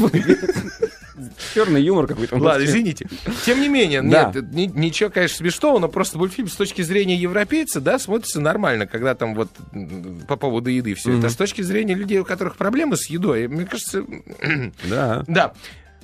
Speaker 6: Черный юмор какой-то. у нас
Speaker 7: Ладно,
Speaker 6: сегодня.
Speaker 7: извините. Тем не менее,
Speaker 6: Да.
Speaker 7: нет, ни- ничего, конечно, смешного, но просто мультфильм с точки зрения европейца, да, смотрится нормально, когда там вот м, по поводу еды все это. А с точки зрения людей, у которых проблемы с едой, мне кажется,
Speaker 6: Да.
Speaker 7: да.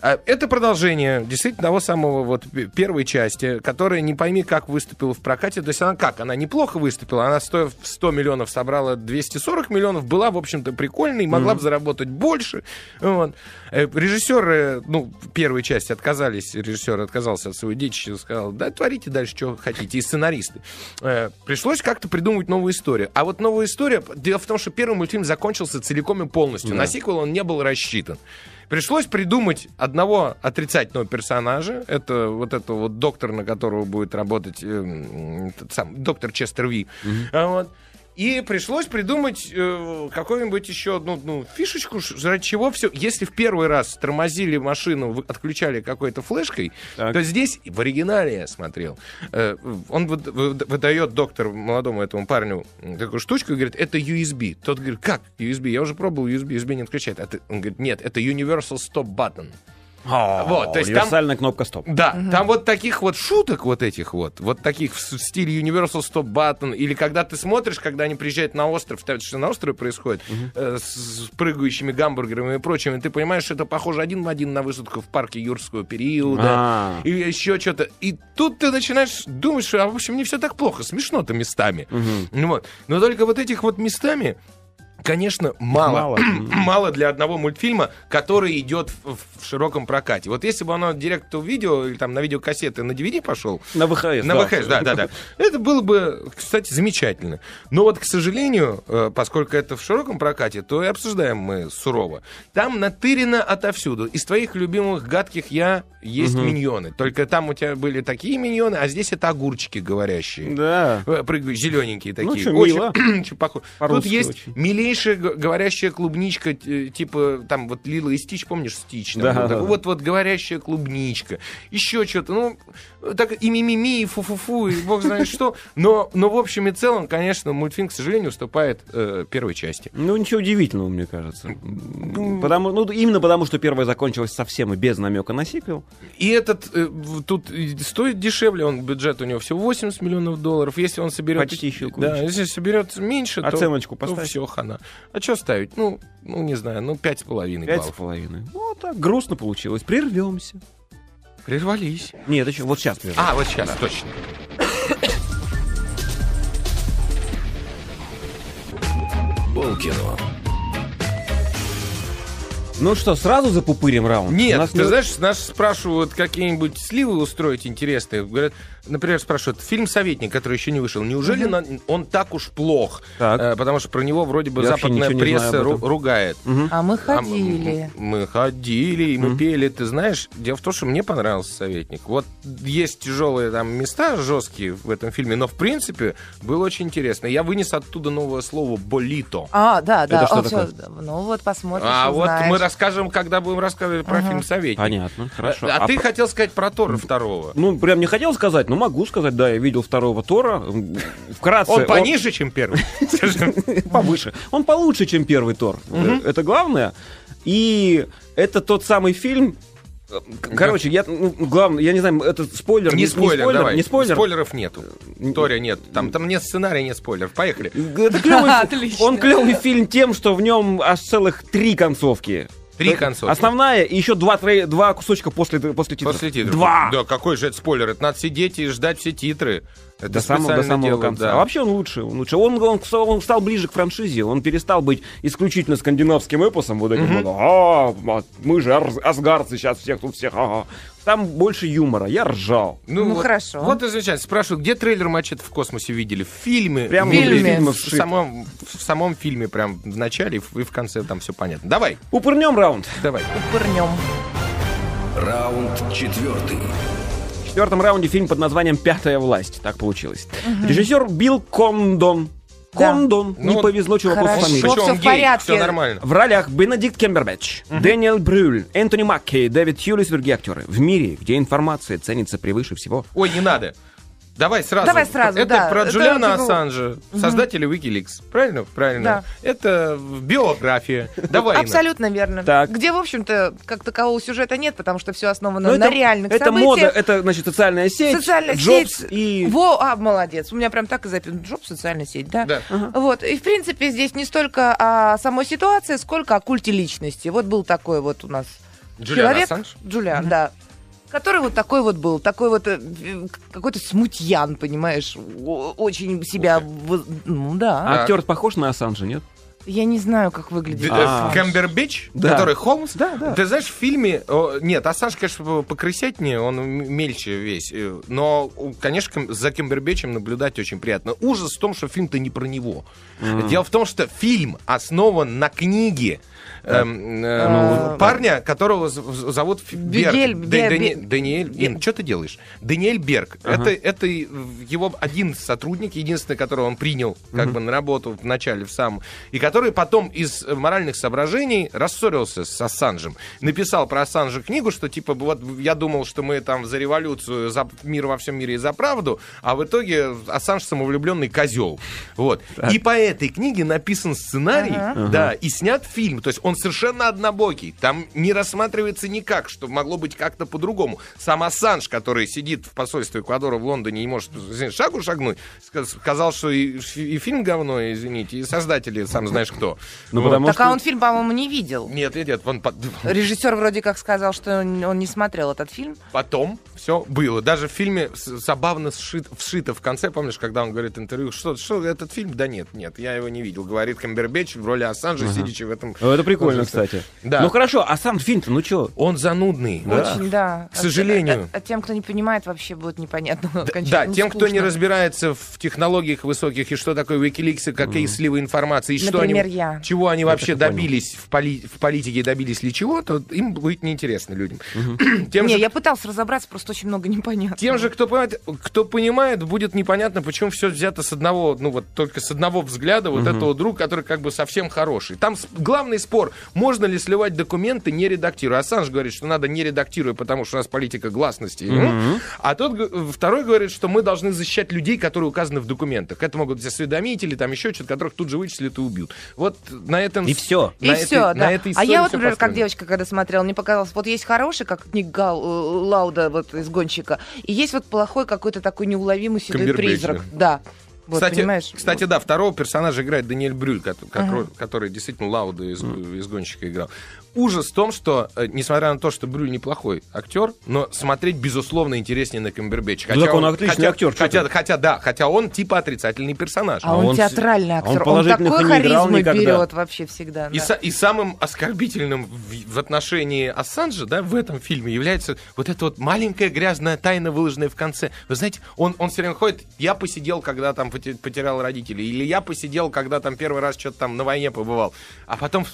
Speaker 7: А, Это продолжение действительно того самого вот п- первой части, которая не пойми, как выступила в прокате. То есть она как? Она неплохо выступила. Она стоя в 100 миллионов собрала 240 миллионов. Была, в общем-то, прикольной. Могла бы заработать больше. Вот. Э, Режиссеры, ну, в первой части отказались. Режиссер отказался от своего детища. Сказал, да, творите дальше, что хотите. И сценаристы. Э, Пришлось как-то придумывать новую историю. А вот новая история... Дело в том, что первый мультфильм закончился целиком и полностью. На сиквел он не был рассчитан. Пришлось придумать одного отрицательного персонажа. Это вот этого вот доктор, на которого будет работать эм, этот сам доктор Честер Ви. А вот. И пришлось придумать э, какую-нибудь еще одну ну, фишечку, ш- ради чего все. Если в первый раз тормозили машину, вы- отключали какой-то флешкой,
Speaker 6: Так.
Speaker 7: то здесь в оригинале я смотрел. э, он выд- выд- выдает доктор молодому этому парню м, такую штучку и говорит: это USB. Тот говорит: как USB? Я уже пробовал USB, USB не отключает. А ты- Он говорит: нет, это Universal Stop Button. Вот, то есть там-
Speaker 6: Универсальная кнопка стоп.
Speaker 7: Да, там вот таких вот шуток вот этих вот, вот таких в с- в стиле Universal Stop Button, или когда ты смотришь, когда они приезжают на остров, там что на острове происходит, э, с, с прыгающими гамбургерами и прочим, и ты понимаешь, что это похоже один в один на высадку в парке юрского периода,
Speaker 6: А.
Speaker 7: и еще что-то. И тут ты начинаешь думать, что, а, в общем, не все так плохо, смешно-то местами. Ну Вот. Но только вот этих вот местами, конечно, мало.
Speaker 6: мало.
Speaker 7: Мало для одного мультфильма, который идет в, в широком прокате. Вот если бы оно директ видео или там на видеокассеты на DVD пошел,
Speaker 6: На ВХС.
Speaker 7: на
Speaker 6: да.
Speaker 7: ВХС, да, да, да. Это было бы, кстати, замечательно. Но вот, к сожалению, э, поскольку это в широком прокате, то и обсуждаем мы сурово. Там натырено отовсюду. Из твоих любимых гадких я есть миньоны. Только там у тебя были такие миньоны, а здесь это огурчики говорящие.
Speaker 6: Да. Ну
Speaker 7: Э, прыг- Зелененькие такие.
Speaker 6: чё,
Speaker 7: Очень-
Speaker 6: мило.
Speaker 7: чё похоже. Тут
Speaker 6: По-русски
Speaker 7: есть
Speaker 6: очень.
Speaker 7: милейшая г- говорящая клубничка, э, типа там вот Лила и Стич, помнишь, Стич? там
Speaker 6: Да,
Speaker 7: был
Speaker 6: да,
Speaker 7: такой?
Speaker 6: да.
Speaker 7: Вот, вот говорящая клубничка. Еще что-то. Ну, э, так и мимими, и фу-фу-фу, и бог знает что. Но, но в общем и целом, конечно, мультфильм, к сожалению, уступает э, первой части.
Speaker 6: Ну, ничего удивительного, мне кажется. Потому, ну, именно потому, что первая закончилась совсем и без намека на сиквел.
Speaker 7: И этот э, в- тут и стоит дешевле, он бюджет у него всего 80 миллионов долларов. Если он соберет...
Speaker 6: Почти еще
Speaker 7: Да,
Speaker 6: куча.
Speaker 7: если соберет меньше, то-
Speaker 6: Оценочку
Speaker 7: то...
Speaker 6: поставь.
Speaker 7: все, хана. А что ставить? Ну, ну, не знаю, ну, 5,5
Speaker 6: Пять с
Speaker 7: баллов.
Speaker 6: половиной. Ну, так грустно получилось. Прервемся.
Speaker 7: Прервались.
Speaker 6: Нет, еще вот сейчас прервемся.
Speaker 7: А, вот сейчас, точно.
Speaker 1: Полкино.
Speaker 6: Ну что, сразу запупырим раунд?
Speaker 7: Нет,
Speaker 6: У нас
Speaker 7: ты
Speaker 6: не-
Speaker 7: знаешь, нас спрашивают какие-нибудь сливы устроить интересные. Говорят, например, спрашивают, фильм «Советник», который еще не вышел, неужели на- он так уж плох?
Speaker 6: Так.
Speaker 7: Э, потому что про него вроде бы
Speaker 6: Я вообще
Speaker 7: западная
Speaker 6: ничего не
Speaker 7: пресса
Speaker 6: знаю об
Speaker 7: ру-
Speaker 6: этом.
Speaker 7: ругает.
Speaker 8: А мы
Speaker 7: А м-
Speaker 8: ходили.
Speaker 7: м- мы ходили, и мы пели. Ты знаешь, дело в том, что мне понравился советник. Вот есть тяжелые там места жесткие в этом фильме, но в принципе было очень интересно. Я вынес оттуда новое слово болито.
Speaker 8: А, да, да.
Speaker 6: что
Speaker 8: А, всё,
Speaker 6: такое?
Speaker 8: ну вот посмотришь,
Speaker 7: А вот
Speaker 8: узнаешь.
Speaker 7: мы расскажем, когда будем рассказывать про фильм Советник.
Speaker 6: Понятно, хорошо.
Speaker 7: А, а ты
Speaker 6: про-
Speaker 7: хотел сказать про Тора второго.
Speaker 6: Ну, прям не хотел сказать, но могу сказать, да, я видел второго Тора. М, Вкратце.
Speaker 7: Он пониже, чем первый. Скажи.
Speaker 6: повыше. Он получше, чем первый Тор. Э, Это главное. И это тот самый фильм. э, к- Короче, я, ну, главное, я не знаю, это спойлер.
Speaker 7: Не спойлер, Э, давай.
Speaker 6: Не спойлер.
Speaker 7: Спойлеров нету. Тора нет. Там, там нет сценария, нет спойлеров. Поехали.
Speaker 6: Это клёвый фи-
Speaker 8: Отлично.
Speaker 6: Он клевый фильм тем, что в нем аж целых три концовки.
Speaker 7: Три
Speaker 6: Э,
Speaker 7: концовки.
Speaker 6: Основная и еще два, трей- два кусочка после, после титров.
Speaker 7: После титров.
Speaker 6: Два!
Speaker 7: Да, какой же это спойлер? Это надо сидеть и ждать все титры. Это
Speaker 6: до самого, до
Speaker 7: специально
Speaker 6: самого
Speaker 7: делают,
Speaker 6: конца.
Speaker 7: да.
Speaker 6: А вообще он лучше, он лучше. Он, он, стал- он стал ближе к франшизе, он перестал быть исключительно скандинавским эпосом, вот этим вот, «А, а, мы же арз- асгарцы сейчас всех тут всех, ага». Там больше юмора, я ржал.
Speaker 8: Ну,
Speaker 7: вот-
Speaker 8: хорошо.
Speaker 7: Вот и замечательно. Спрашивают, где трейлер «Мачете в космосе» видели? В фильме?
Speaker 6: Прямо
Speaker 7: В
Speaker 8: внутри
Speaker 7: фильме.
Speaker 6: фильма
Speaker 7: В,
Speaker 6: вшито.
Speaker 7: самом, в самом фильме, прям в начале и в, и в конце там все понятно. Давай,
Speaker 6: Упырнем раунд.
Speaker 7: давай.
Speaker 8: Пырнем.
Speaker 1: Раунд четвертый.
Speaker 6: В четвертом раунде фильм под названием «Пятая власть». Так получилось. Режиссер Билл Кондон. Кондон.
Speaker 7: Ну
Speaker 6: не
Speaker 7: вот
Speaker 6: повезло чуваку
Speaker 8: хорошо.
Speaker 6: с фамилией.
Speaker 8: Всё
Speaker 7: он
Speaker 8: в
Speaker 7: гей,
Speaker 8: порядке.
Speaker 7: всё нормально.
Speaker 6: В ролях Бенедикт Кембербэтч, Дэниел Брюль, Энтони Макки, Дэвид Хьюлис, другие актеры. В мире, где информация ценится превыше всего.
Speaker 7: Ой, не надо. Давай сразу.
Speaker 8: Давай сразу,
Speaker 7: Это
Speaker 8: да.
Speaker 7: про
Speaker 8: Это
Speaker 7: Джулиана
Speaker 8: типа-
Speaker 7: Ассанжа, создателя Wikileaks. Правильно? Правильно. Это биография. Давай, Инна.
Speaker 8: Абсолютно верно.
Speaker 6: Так.
Speaker 8: Где, в общем-то, как такового сюжета нет, потому что все основано
Speaker 6: Но
Speaker 8: на
Speaker 6: Ну, это,
Speaker 8: реальных
Speaker 6: это
Speaker 8: событиях.
Speaker 6: мода, это, значит, социальная сеть,
Speaker 8: Социальная
Speaker 6: Джобс
Speaker 8: сеть.
Speaker 6: и...
Speaker 8: Во, а, молодец. У меня прям так и записано. Джоб, социальная сеть, да?
Speaker 7: Да.
Speaker 8: Вот. И, в принципе, здесь не столько о самой ситуации, сколько о культе личности. Вот был такой вот у нас
Speaker 7: Джулиан
Speaker 8: человек.
Speaker 7: Ассанж?
Speaker 8: Джулиан, да. Который вот такой вот был, такой вот э, э, какой-то смутьян, понимаешь, о- очень себя... воз- Ну да.
Speaker 6: А актер похож на Ассанжа, нет?
Speaker 8: Я не знаю, как
Speaker 7: Д-
Speaker 8: выглядит.
Speaker 6: А.
Speaker 7: э, Камбербэтч,
Speaker 6: Да.
Speaker 7: который Холмс.
Speaker 6: Да, да.
Speaker 7: Ты знаешь, в фильме... о, Нет, Ассанж, конечно, покрысятнее, он м- мельче весь. э, Но, у, конечно, Кам- за Камбербэтчем наблюдать очень приятно. Ужас в том, что фильм-то не про него. Дело в том, что фильм основан на книге эм, э,
Speaker 8: А.
Speaker 7: парня, которого з- з- зовут Ф- Берг.
Speaker 8: Бигель,
Speaker 7: Дэ-
Speaker 8: Бе-
Speaker 7: Дани-
Speaker 8: Бе-
Speaker 7: Даниэль... Ин, что ты делаешь? Даниэль Берг. Это, это и, э, его один сотрудник, единственный, которого он принял как бы на работу в начале, в самом, и который потом из э, моральных соображений рассорился с Ассанжем. Написал про Ассанжа книгу, что типа вот я думал, что мы там за революцию, за мир во всем мире и за правду, а в итоге Ассанж самовлюбленный козел. Вот. И по этой книге написан сценарий, да, и снят фильм. То есть он совершенно однобокий. Там не рассматривается никак, что могло быть как-то по-другому. Сам Ассанж, который сидит в посольстве Эквадора в Лондоне и не может извините, шагу шагнуть, ска- сказал, что и, фи- и фильм говно, извините, и создатели, сам знаешь кто.
Speaker 6: Ну,
Speaker 7: Вот.
Speaker 6: потому
Speaker 8: так
Speaker 6: что...
Speaker 8: а он фильм, по-моему, не видел.
Speaker 7: Нет, нет, нет, он по-
Speaker 8: Режиссер вроде как сказал, что он он не смотрел этот фильм.
Speaker 7: Потом все было. Даже в фильме с- забавно сшит- вшито в конце, помнишь, когда он говорит интервью, что, что этот фильм? Да нет, нет, я его не видел. Говорит Камбербэтч в роли Ассанжа, сидячи в этом...
Speaker 6: Э, Это прикольно,
Speaker 7: ужасе.
Speaker 6: кстати.
Speaker 7: Да.
Speaker 6: Ну хорошо, а сам фильм-то, ну чё?
Speaker 7: Он занудный.
Speaker 8: Очень, да.
Speaker 7: К сожалению.
Speaker 8: А, а- а тем, кто не понимает, вообще будет непонятно.
Speaker 7: Да,
Speaker 8: окончательно. Ну,
Speaker 7: тем, кто не
Speaker 8: скучно.
Speaker 7: разбирается в технологиях высоких и что такое Wikileaks, и какие сливы информации, и что
Speaker 8: Например,
Speaker 7: они,
Speaker 8: я.
Speaker 7: чего они вообще добились в, поли- в политике, добились ли чего-то, им будет неинтересно людям. Тем
Speaker 8: Не,
Speaker 7: же,
Speaker 8: я пытался разобраться, просто очень много непонятно.
Speaker 7: тем же, кто понимает, кто понимает, будет непонятно, почему все взято с одного, ну вот только с одного взгляда вот этого друга, который как бы совсем хороший. Там с- главный спор, можно ли сливать документы, не редактируя. Ассанж говорит, что надо не редактируя, потому что у нас политика гласности. Ну, А тот г- второй говорит, что мы должны защищать людей, которые указаны в документах. Это могут быть осведомители, там еще что-то, которых тут же вычислят и убьют. Вот на этом...
Speaker 6: И всё.
Speaker 7: на
Speaker 8: И
Speaker 7: этой-
Speaker 8: все,
Speaker 7: на
Speaker 8: да.
Speaker 7: этой
Speaker 8: а
Speaker 7: истории
Speaker 8: я вот,
Speaker 7: всё
Speaker 8: например, как
Speaker 7: построено.
Speaker 8: девочка, когда смотрела, мне показалось, вот есть хороший, как книг Гал, э, Лауда, вот из гонщика, и есть вот плохой какой-то такой неуловимый седой
Speaker 7: Камбербэтч,
Speaker 8: призрак. Да. Вот,
Speaker 7: кстати,
Speaker 8: понимаешь?
Speaker 7: кстати, да, второго персонажа играет Даниэль Брюль, кот- как ро- который действительно Лауда из, из «Гонщика» играл. Ужас в том, что, э, несмотря на то, что Брюль неплохой актер, но смотреть, безусловно, интереснее на Камбербэтча.
Speaker 6: Ну так он отличный
Speaker 7: хотя-
Speaker 6: актер, чё
Speaker 7: Хотя,
Speaker 6: ты.
Speaker 7: хотя, да, хотя он типа отрицательный персонаж.
Speaker 8: а он,
Speaker 6: он с-
Speaker 8: театральный
Speaker 6: он
Speaker 8: актер. Он,
Speaker 6: положительных
Speaker 8: такой
Speaker 6: и не играл
Speaker 8: харизмой
Speaker 6: никогда.
Speaker 8: берет вообще всегда.
Speaker 7: И,
Speaker 8: да.
Speaker 7: са- и самым оскорбительным в, в отношении Ассанжа, да, в этом фильме является вот эта вот маленькая грязная тайна, выложенная в конце. Вы знаете, он, он все время ходит, я посидел, когда там поте- потерял родителей, или я посидел, когда там первый раз что-то там на войне побывал. А потом в-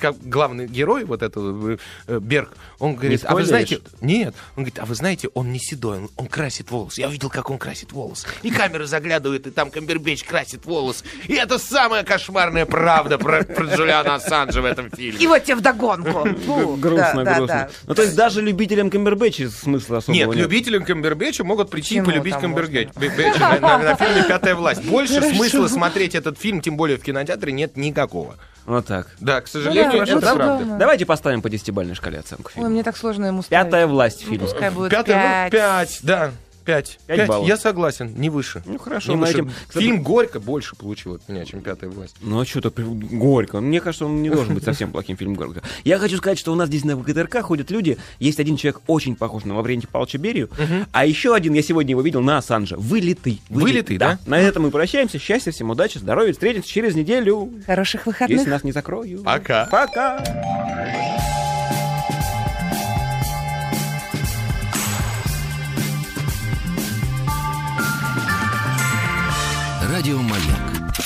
Speaker 7: как главный герой, вот этот э, Берг, он говорит, а вы
Speaker 6: спойлеришь?
Speaker 7: знаете, нет, он говорит, а вы знаете, он не седой, он, он красит волосы. Я видел, как он красит волосы. И камера заглядывает, и там Камбербэтч красит волосы. И это самая кошмарная правда про, про Джулиана Ассанжа в этом
Speaker 8: И
Speaker 7: фильме.
Speaker 8: вот тебе вдогонку. Фу,
Speaker 6: Грустно,
Speaker 8: да, да,
Speaker 6: грустно.
Speaker 8: да.
Speaker 6: Ну то есть даже любителям Камбербэтча смысла особого
Speaker 7: Нет,
Speaker 6: нет.
Speaker 7: любителям Камбербэтча могут прийти
Speaker 8: Почему
Speaker 7: и полюбить
Speaker 8: там
Speaker 7: Камбербэтча Бэтча на, на- на фильме «Пятая власть». Больше смысла смотреть этот фильм, тем более в кинотеатре, нет никакого.
Speaker 6: Вот так.
Speaker 7: Да, к сожалению,
Speaker 8: Ну да,
Speaker 7: это
Speaker 8: это
Speaker 7: правда.
Speaker 8: да.
Speaker 6: Давайте поставим по десятибалльной шкале оценку
Speaker 8: Ой,
Speaker 6: фильму.
Speaker 8: мне так сложно ему ставить.
Speaker 6: Пятая власть фильм.
Speaker 8: Ну, пускай будет
Speaker 7: Пятая, ну,
Speaker 8: пять.
Speaker 7: пять, да. Пять.
Speaker 6: Пять баллов.
Speaker 7: Я согласен, не выше. Ну
Speaker 6: хорошо,
Speaker 7: не
Speaker 6: мы
Speaker 7: выше.
Speaker 6: этим- кстати-
Speaker 7: Фильм Горько больше получил от меня, чем пятая власть.
Speaker 6: Ну а что-то горько. Мне кажется, он не должен быть совсем плохим фильм горько. Я хочу сказать, что у нас здесь на ВГТРК ходят люди. Есть один человек очень похож на Лаврентия Павловича Берию, а еще один, я сегодня его видел, на Ассанжа. Вылитый.
Speaker 7: Вылитый, да?
Speaker 6: На этом мы прощаемся. Счастья всем, удачи, здоровья. Встретимся через неделю,
Speaker 8: Хороших выходных.
Speaker 6: если нас не закроют.
Speaker 7: Пока.
Speaker 6: Пока.
Speaker 1: Радиомаяк.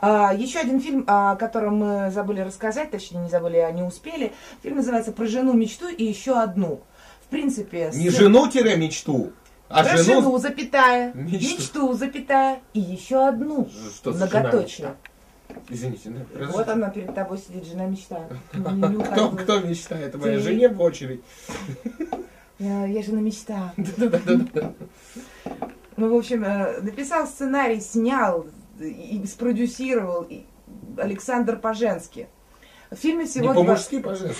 Speaker 8: А, еще один фильм, о котором мы забыли рассказать, точнее не забыли, а не успели. Фильм называется «Про жену, мечту и еще одну». В принципе... с-
Speaker 9: Не жену-мечту,
Speaker 7: А жену...
Speaker 8: Жену, запятая,
Speaker 7: Мечту.
Speaker 8: мечту. запятая, и еще одну.
Speaker 7: Что за жена?
Speaker 8: многоточие.
Speaker 7: Извините, да, разрешите.
Speaker 8: Вот она перед тобой сидит, жена мечта. Ну, не
Speaker 7: Кто,
Speaker 8: указывай.
Speaker 7: кто мечтает? Моей
Speaker 8: Ты. э,
Speaker 7: жене в очередь.
Speaker 8: Я, я жена мечта.
Speaker 7: Да-да-да.
Speaker 8: Ну, в общем, э, написал сценарий, снял э, и спродюсировал и Александр Поженский. В фильме всего
Speaker 7: Не
Speaker 8: два-
Speaker 7: по-мужски, по-женски.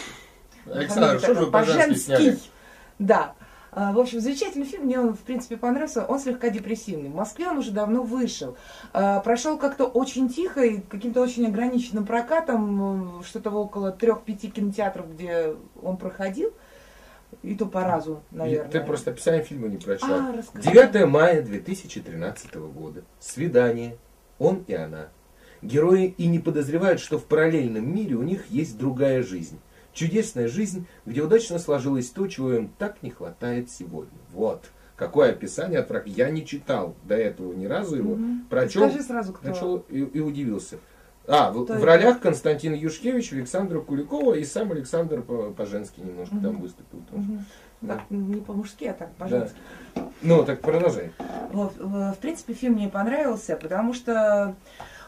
Speaker 7: Александр,
Speaker 8: Фамилия
Speaker 7: что же
Speaker 8: такая,
Speaker 7: вы по-женски сняли?
Speaker 8: Да. А, В общем, замечательный фильм, мне он, в принципе, понравился, он слегка депрессивный. В Москве он уже давно вышел. А, Прошел как-то очень тихо и каким-то очень ограниченным прокатом, м, что-то около трех-пяти кинотеатров, где он проходил. И то по разу, наверное.
Speaker 10: Ты просто описание фильма не прочла.
Speaker 8: А, расскажи.
Speaker 10: 9 мая 2013 года. Свидание. Он и она. Герои и не подозревают, что в параллельном мире у них есть другая жизнь. Чудесная жизнь, где удачно сложилось то, чего им так не хватает сегодня. Вот. Какое описание от врага. Я не читал до этого ни разу его. Прочел,
Speaker 8: Скажи сразу, кто.
Speaker 10: прочел и, и удивился. А, в,
Speaker 8: Кто
Speaker 10: в
Speaker 8: это?
Speaker 10: ролях Константин Юшкевич, Александра Куликова и сам Александр П- Поженский немножко там выступил тоже.
Speaker 8: Мгм. Так, не по-мужски, а так,
Speaker 10: Да.
Speaker 8: пожалуйста.
Speaker 10: Ну, так продолжай.
Speaker 8: Вот, э, В принципе, фильм мне понравился, потому что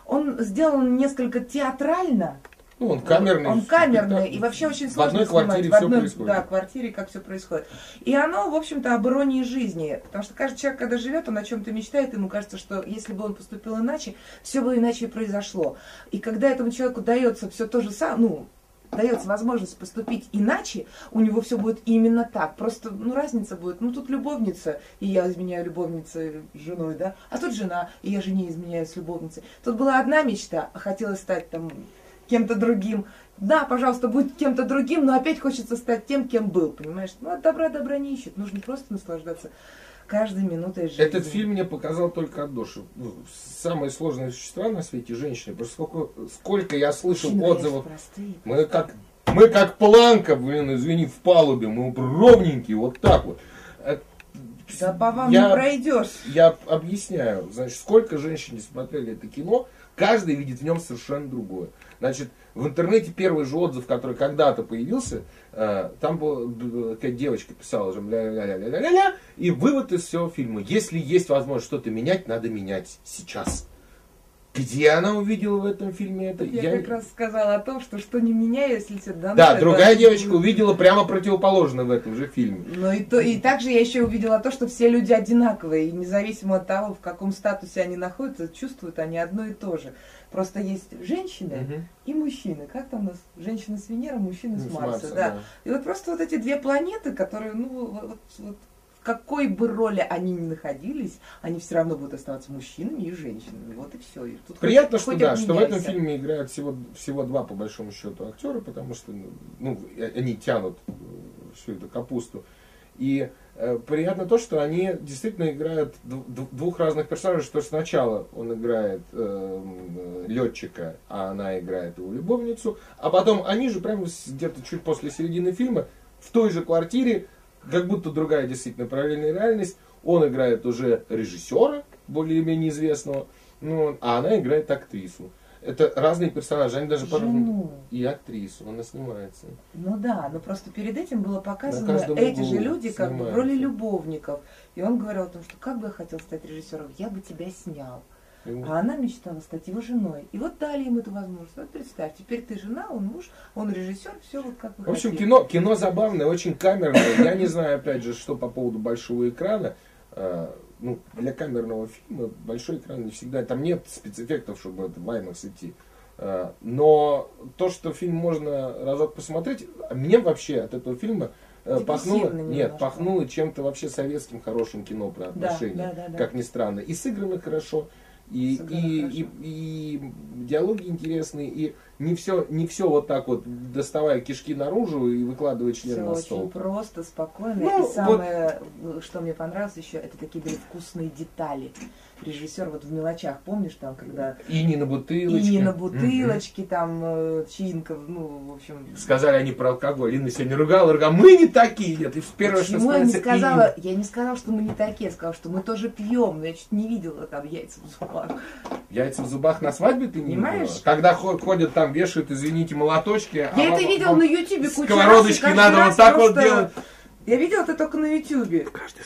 Speaker 8: он сделан несколько театрально.
Speaker 10: Ну, он камерный.
Speaker 8: Он камерный,
Speaker 10: спектакль.
Speaker 8: и вообще очень
Speaker 10: В
Speaker 8: сложно
Speaker 10: одной квартире
Speaker 8: снимать.
Speaker 10: всё происходит.
Speaker 8: Да, квартире, как все происходит. И оно, в общем-то, об иронии жизни. Потому что каждый человек, когда живет, он о чем-то мечтает, ему кажется, что если бы он поступил иначе, все бы иначе и произошло. И когда этому человеку дается все то же самое, ну, дается возможность поступить иначе, у него все будет именно так. Просто, ну, разница будет. Ну, тут любовница, и я изменяю любовнице с женой, да, а тут жена, и я жене изменяю с любовницей. Тут была одна мечта, а хотелось стать там кем-то другим. Да, пожалуйста, будь кем-то другим, но опять хочется стать тем, кем был, понимаешь? Ну, от добра добра не ищет, нужно просто наслаждаться каждой минутой жизни.
Speaker 10: Этот фильм мне показал только от души. Ну, Самые сложные существа на свете женщины. Просто сколько, сколько я слышал
Speaker 8: Мужчины, конечно,
Speaker 10: отзывов.
Speaker 8: простые.
Speaker 10: Мы как, мы как планка, блин, извини, в палубе. Мы ровненькие, вот так вот. Э,
Speaker 8: Да по вам
Speaker 10: я-
Speaker 8: не пройдешь.
Speaker 10: Я об- объясняю, значит, сколько женщин не смотрели это кино, каждый видит в нем совершенно другое. Значит, в интернете первый же отзыв, который когда-то появился, э, там была б- какая девочка писала, же, ля-ля-ля-ля-ля-ля, и вывод из всего фильма. Если есть возможность что-то менять, надо менять сейчас. Где она увидела в этом фильме это?
Speaker 8: Я,
Speaker 10: Я-
Speaker 8: как раз сказала о том, что что не меняю, если тебе дано.
Speaker 10: Да,
Speaker 8: такое
Speaker 10: другая девочка
Speaker 8: ощущение.
Speaker 10: увидела прямо противоположное в этом же фильме.
Speaker 8: Ну и, то, и также я еще увидела то, что все люди одинаковые, и независимо от того, в каком статусе они находятся, чувствуют они одно и то же. Просто есть женщины и мужчины. Как там у нас? Женщина с Венеры, мужчина
Speaker 10: Ну,
Speaker 8: с Марса, да. И вот просто вот эти две планеты, которые, ну, вот- вот- вот в какой бы роли они ни находились, они все равно будут оставаться мужчинами и женщинами. Вот и все. И тут
Speaker 10: Приятно,
Speaker 8: хоть-
Speaker 10: что
Speaker 8: хоть
Speaker 10: да, что в этом
Speaker 8: обменяйся.
Speaker 10: фильме играют всего, всего два, по большому счету, актера, потому что ну, и- они тянут э, всю эту капусту. И э, приятно то, что они действительно играют дв- дв- двух разных персонажей, что сначала он играет э, летчика, а она играет его любовницу, а потом они же прямо с- где-то чуть после середины фильма в той же квартире, как будто другая действительно параллельная реальность, он играет уже режиссера, более-менее известного, ну, а она играет актрису. Это разные персонажи, они даже
Speaker 8: Жену.
Speaker 10: И актрису, она снимается.
Speaker 8: Ну да, но просто перед этим было показано,
Speaker 10: На каждом
Speaker 8: эти
Speaker 10: углу
Speaker 8: же люди как бы в
Speaker 10: снимают.
Speaker 8: роли любовников. И он говорил о том, что как бы я хотел стать режиссером, я бы тебя снял.
Speaker 10: И вот.
Speaker 8: А она мечтала стать его женой. И вот дали им эту возможность. Вот представь, теперь ты жена, он муж, он режиссер, все вот как вы
Speaker 10: В общем,
Speaker 8: хотели.
Speaker 10: кино, кино забавное, очень камерное. Я не знаю, опять же, что по поводу большого экрана. Э, Ну, для камерного фильма большой экран не всегда... Там нет спецэффектов, чтобы это в IMAX идти. Э, Но то, что фильм можно разок посмотреть, а мне вообще от этого фильма э, пахнуло,
Speaker 8: Депрессивно
Speaker 10: нет,
Speaker 8: немножко.
Speaker 10: пахнуло чем-то вообще советским хорошим кино про
Speaker 8: Да,
Speaker 10: отношения,
Speaker 8: да, да, да.
Speaker 10: как ни странно. И сыграно хорошо, и,
Speaker 8: Сыграно
Speaker 10: и,
Speaker 8: хорошо.
Speaker 10: и, и диалоги интересные, и не все, не все вот так вот, доставая кишки наружу и выкладывая член
Speaker 8: Все
Speaker 10: на
Speaker 8: очень
Speaker 10: стол.
Speaker 8: просто, спокойно. и
Speaker 10: Ну,
Speaker 8: самое, э, что мне понравилось еще, это такие были вкусные детали. Режиссер вот в мелочах, помнишь, там, когда
Speaker 10: И не на бутылочке.
Speaker 8: и на
Speaker 10: Мгм.
Speaker 8: бутылочке, там, э, чинка, ну, в общем,
Speaker 10: Сказали они про алкоголь. Инна сегодня ругала, ругала. Мы не такие, нет. И первое, что
Speaker 8: Почему я не
Speaker 10: вспомнится,
Speaker 8: сказала, я не сказала, что мы не такие, я сказала, что мы тоже пьем, но я чуть не видела там яйца в зубах.
Speaker 10: «Инь». Яйца в зубах на свадьбе ты не видела?
Speaker 8: Понимаешь?
Speaker 10: Когда хо- ходят там, вешают, извините, молоточки. а
Speaker 8: Я это
Speaker 10: вам-
Speaker 8: видела
Speaker 10: вам
Speaker 8: на Ютубе кучу раз, и
Speaker 10: Сковородочки
Speaker 8: каждый
Speaker 10: надо
Speaker 8: раз
Speaker 10: вот так вот
Speaker 8: просто-
Speaker 10: делать.
Speaker 8: Я видела это только на Ютубе.
Speaker 11: Каждой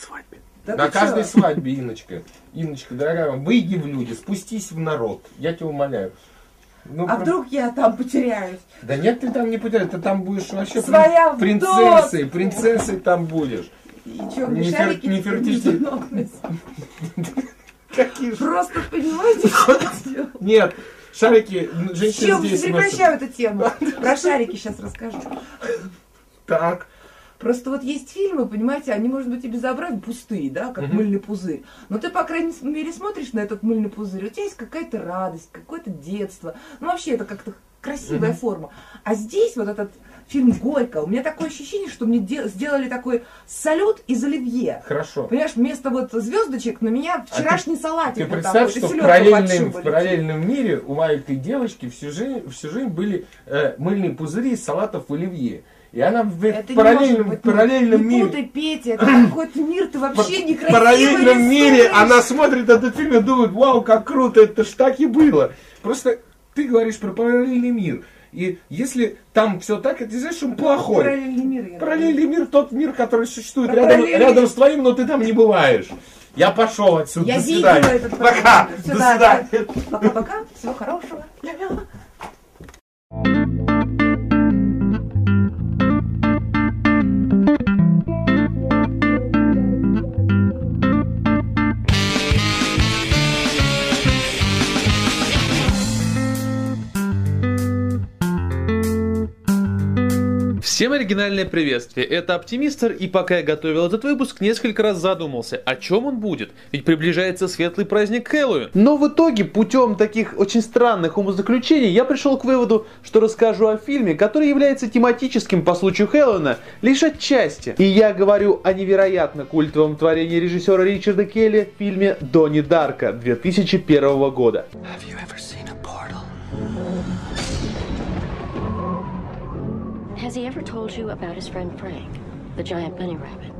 Speaker 9: Да
Speaker 10: На
Speaker 9: ты
Speaker 8: А
Speaker 10: каждой
Speaker 9: чё?
Speaker 10: свадьбе, Иночка. Иночка, дорогая, моя, выйди в люди, спустись в народ. Я тебя умоляю. Ну,
Speaker 9: А
Speaker 10: прям-
Speaker 9: вдруг я там потеряюсь?
Speaker 10: Да нет, ты там не потерял, ты там будешь вообще
Speaker 9: Своя
Speaker 10: прин- принцессой, принцессой там будешь.
Speaker 9: И чё,
Speaker 10: Не
Speaker 9: мне
Speaker 10: фер-
Speaker 9: шарики
Speaker 10: не
Speaker 9: теперь
Speaker 10: фертильти.
Speaker 9: между ног носить?
Speaker 10: Какие ж-
Speaker 9: Просто понимаете, что я сделала?
Speaker 10: Нет, шарики, ну, женщины
Speaker 9: Чё,
Speaker 10: здесь
Speaker 9: прекращаю
Speaker 10: носят.
Speaker 9: эту тему. Про шарики сейчас расскажу.
Speaker 10: Так,
Speaker 9: Просто вот есть фильмы, понимаете, они, может быть, и безобразные, пустые, да, как мыльный пузырь. Но ты, по крайней мере, смотришь на этот мыльный пузырь, у тебя есть какая-то радость, какое-то детство. Ну, вообще, это как-то красивая форма. А здесь вот этот фильм «Горько», у меня такое ощущение, что мне де- сделали такой салют из оливье.
Speaker 10: хорошо.
Speaker 9: Понимаешь, вместо вот звездочек на меня вчерашний салатик
Speaker 10: А Ты
Speaker 9: вот
Speaker 10: представь,
Speaker 9: такой,
Speaker 10: что в
Speaker 9: селёдка под
Speaker 10: параллельном,
Speaker 9: шубой
Speaker 10: в
Speaker 9: летит.
Speaker 10: параллельном мире у маленькой девочки всю жизнь, всю жизнь были э, мыльные пузыри из салатов оливье. И она в
Speaker 9: Это
Speaker 10: этом
Speaker 9: не
Speaker 10: параллельном,
Speaker 9: может быть, ну,
Speaker 10: параллельном
Speaker 9: не
Speaker 10: мире...
Speaker 9: путай, Петя, это какой-то мир, ты вообще
Speaker 10: В
Speaker 9: некрасиво
Speaker 10: параллельном мире
Speaker 9: рисуешь.
Speaker 10: она смотрит этот фильм и думает, вау, как круто, это ж так и было. Просто ты говоришь про параллельный мир. И если там все так, это не значит, что он плохой.
Speaker 9: Параллельный мир. я
Speaker 10: Параллельный мир тот мир, который существует
Speaker 9: Про
Speaker 10: рядом,
Speaker 9: параллельный-
Speaker 10: рядом с твоим, но ты там не бываешь. Я пошел отсюда.
Speaker 9: Я
Speaker 10: до
Speaker 9: видела
Speaker 10: свидания.
Speaker 9: этот
Speaker 10: Пока.
Speaker 9: параллельный мир.
Speaker 10: До
Speaker 9: Сюда,
Speaker 10: свидания.
Speaker 9: говорю. Пока-пока, всего хорошего. Ля-ля.
Speaker 12: Всем оригинальное приветствие, это Оптимистр, и пока я готовил этот выпуск, несколько раз задумался, о чем он будет, ведь приближается светлый праздник Хэллоуин. Но в итоге, путем таких очень странных умозаключений, я пришел к выводу, что расскажу о фильме, который является тематическим по случаю Хэллоуина лишь отчасти. И я говорю о невероятно культовом творении режиссера Ричарда Келли в фильме «Донни Дарка» 2001 года.
Speaker 13: Has he ever told you about his friend Frank, the giant bunny rabbit?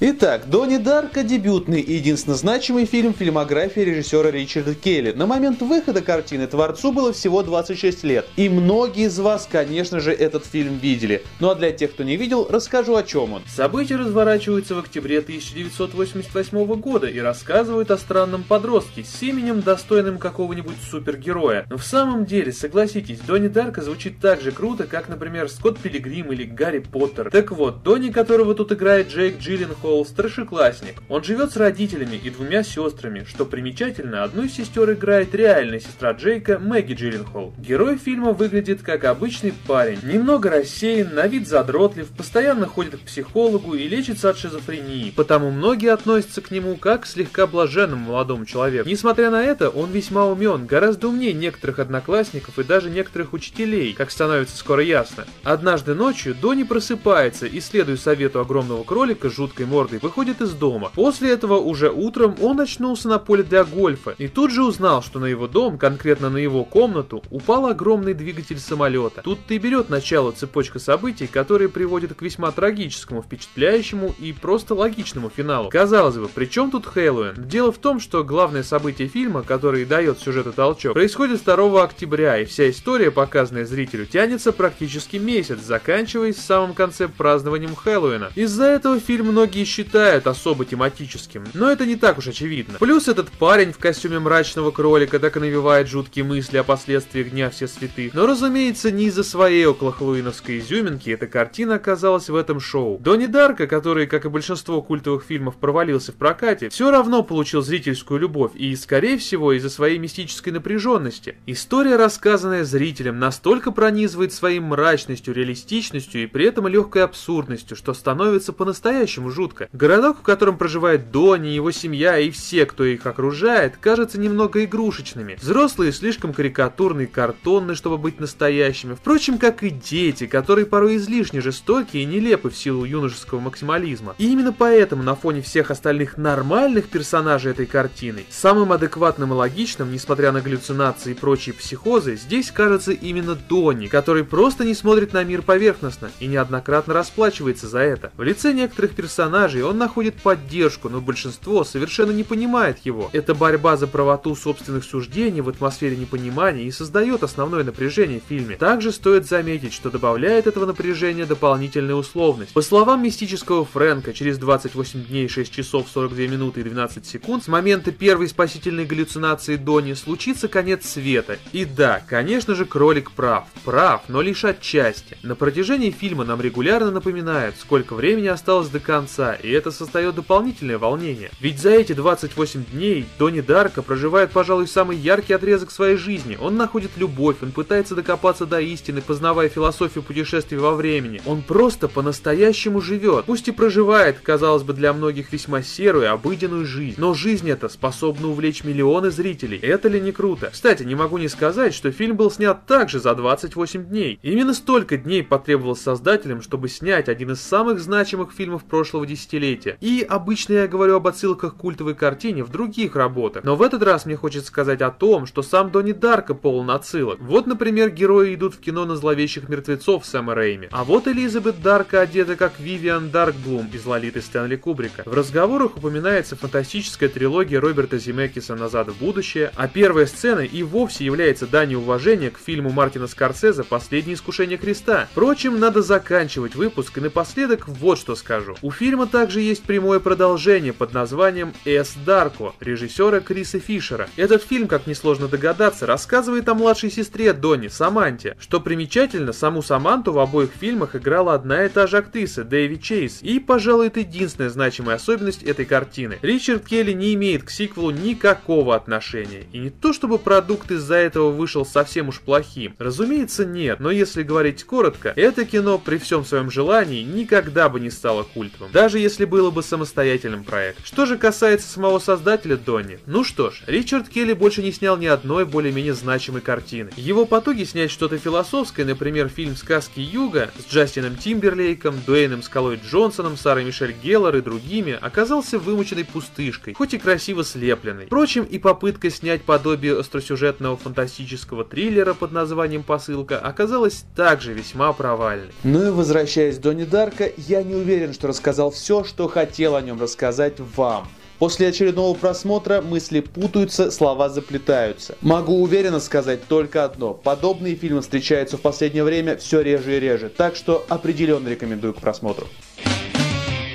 Speaker 12: Итак, Донни Дарко – дебютный и единственно значимый фильм в фильмографии режиссера Ричарда Келли. На момент выхода картины творцу было всего 26 лет. И многие из вас, конечно же, этот фильм видели. Ну а для тех, кто не видел, расскажу о чем он. События разворачиваются в октябре 1988 года и рассказывают о странном подростке с именем, достойным какого-нибудь супергероя. Но в самом деле, согласитесь, Донни Дарко звучит так же круто, как, например, Скотт Пилигрим или Гарри Поттер. Так вот, Донни, которого тут играет Джейк Джилленхол, старшеклассник. Он живет с родителями и двумя сестрами. Что примечательно, одну из сестер играет реальная сестра Джейка Мэгги Джилленхол. Герой фильма выглядит как обычный парень. Немного рассеян, на вид задротлив, постоянно ходит к психологу и лечится от шизофрении. Потому многие относятся к нему как к слегка блаженному молодому человеку. Несмотря на это, он весьма умен, гораздо умнее некоторых одноклассников и даже некоторых учителей, как становится скоро ясно. Однажды ночью Донни просыпается и, следуя совету огромного кролика с жуткой мордой, выходит из дома. После этого уже утром он очнулся на поле для гольфа и тут же узнал, что на его дом, конкретно на его комнату, упал огромный двигатель самолета. Тут-то и берет начало цепочка событий, которые приводят к весьма трагическому, впечатляющему и просто логичному финалу. Казалось бы, при чем тут Хэллоуин? Дело в том, что главное событие фильма, которое и дает сюжету толчок, происходит 2 октября, и вся история, показанная зрителю, тянется практически месяц, заканчиваясь в самом конце празднованием Хэллоуина. Из-за этого фильм многие считают особо тематическим, но это не так уж очевидно. Плюс этот парень в костюме мрачного кролика так и навевает жуткие мысли о последствиях Дня Все Святых. Но, разумеется, не из-за своей около хэллоуиновской изюминки эта картина оказалась в этом шоу. Донни Дарко, который, как и большинство культовых фильмов, провалился в прокате, все равно получил зрительскую любовь и, скорее всего, из-за своей мистической напряженности. История, рассказанная зрителям, настолько пронизывает своей мрачностью, реалистичностью и при этом легкой абсурдностью, что становится по-настоящему жутко. Городок, в котором проживает Донни, его семья и все, кто их окружает, кажется немного игрушечными. Взрослые слишком карикатурные, картонные, чтобы быть настоящими. Впрочем, как и дети, которые порой излишне жестокие и нелепы в силу юношеского максимализма. И именно поэтому на фоне всех остальных нормальных персонажей этой картины, самым адекватным и логичным, несмотря на галлюцинации и прочие психозы, здесь кажется именно Донни, который просто не смотрит на мир поверхностно и неоднократно расплачивается за это. В лице некоторых персонажей персонажей он находит поддержку, но большинство совершенно не понимает его. Эта борьба за правоту собственных суждений в атмосфере непонимания и создает основное напряжение в фильме. Также стоит заметить, что добавляет этого напряжения дополнительная условность. По словам мистического Фрэнка, через 28 дней 6 часов 42 минуты и 12 секунд с момента первой спасительной галлюцинации Дони случится конец света. И да, конечно же, кролик прав. Прав, но лишь отчасти. На протяжении фильма нам регулярно напоминают, сколько времени осталось до конца, и это создает дополнительное волнение. Ведь за эти 28 дней Донни Дарко проживает, пожалуй, самый яркий отрезок своей жизни. Он находит любовь, он пытается докопаться до истины, познавая философию путешествий во времени. Он просто по-настоящему живет, пусть и проживает, казалось бы, для многих весьма серую, и обыденную жизнь. Но жизнь эта способна увлечь миллионы зрителей. Это ли не круто? Кстати, не могу не сказать, что фильм был снят также за 28 дней. Именно столько дней потребовалось создателям, чтобы снять один из самых значимых фильмов прошлого десятилетия. И обычно я говорю об отсылках к культовой картине в других работах. Но в этот раз мне хочется сказать о том, что сам Донни Дарко полон отсылок. Вот, например, герои идут в кино на зловещих мертвецов Сэма Рэйми. А вот Элизабет Дарко одета как Вивиан Даркблум из Лолиты Стэнли Кубрика. В разговорах упоминается фантастическая трилогия Роберта Зимекиса «Назад в будущее», а первая сцена и вовсе является данью уважения к фильму Мартина Скорсезе «Последнее искушение Христа». Впрочем, надо заканчивать выпуск, и напоследок вот что скажу. У фильма также есть прямое продолжение под названием «С. Дарко» режиссера Криса Фишера. Этот фильм, как несложно догадаться, рассказывает о младшей сестре Донни, Саманте. Что примечательно, саму Саманту в обоих фильмах играла одна и та же актриса, Дэви Чейз. И, пожалуй, это единственная значимая особенность этой картины. Ричард Келли не имеет к сиквелу никакого отношения. И не то чтобы продукт из-за этого вышел совсем уж плохим. Разумеется, нет. Но если говорить коротко, это кино при всем своем желании никогда бы не стало культовым. Даже если было бы самостоятельным проектом. Что же касается самого создателя Донни. Ну что ж, Ричард Келли больше не снял ни одной более-менее значимой картины. Его потуги снять что-то философское, например, фильм «Сказки Юга» с Джастином Тимберлейком, Дуэйном Скалой Джонсоном, Сарой Мишель Геллар и другими, оказался вымученной пустышкой, хоть и красиво слепленной. Впрочем, и попытка снять подобие остросюжетного фантастического триллера под названием «Посылка» оказалась также весьма провальной. Ну и возвращаясь к Донни Дарко, я не уверен, что рассказал все, что хотел о нем рассказать вам. После очередного просмотра мысли путаются, слова заплетаются. Могу уверенно сказать только одно. Подобные фильмы встречаются в последнее время все реже и реже, так что определенно рекомендую к просмотру.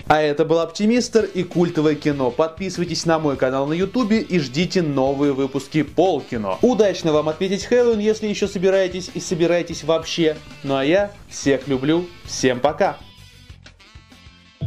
Speaker 12: А это был Оптимистр и культовое кино. Подписывайтесь на мой канал на ютубе и ждите новые выпуски Полкино. Удачно вам отметить Хэллоуин, если еще собираетесь и собираетесь вообще. Ну а я всех люблю, всем пока!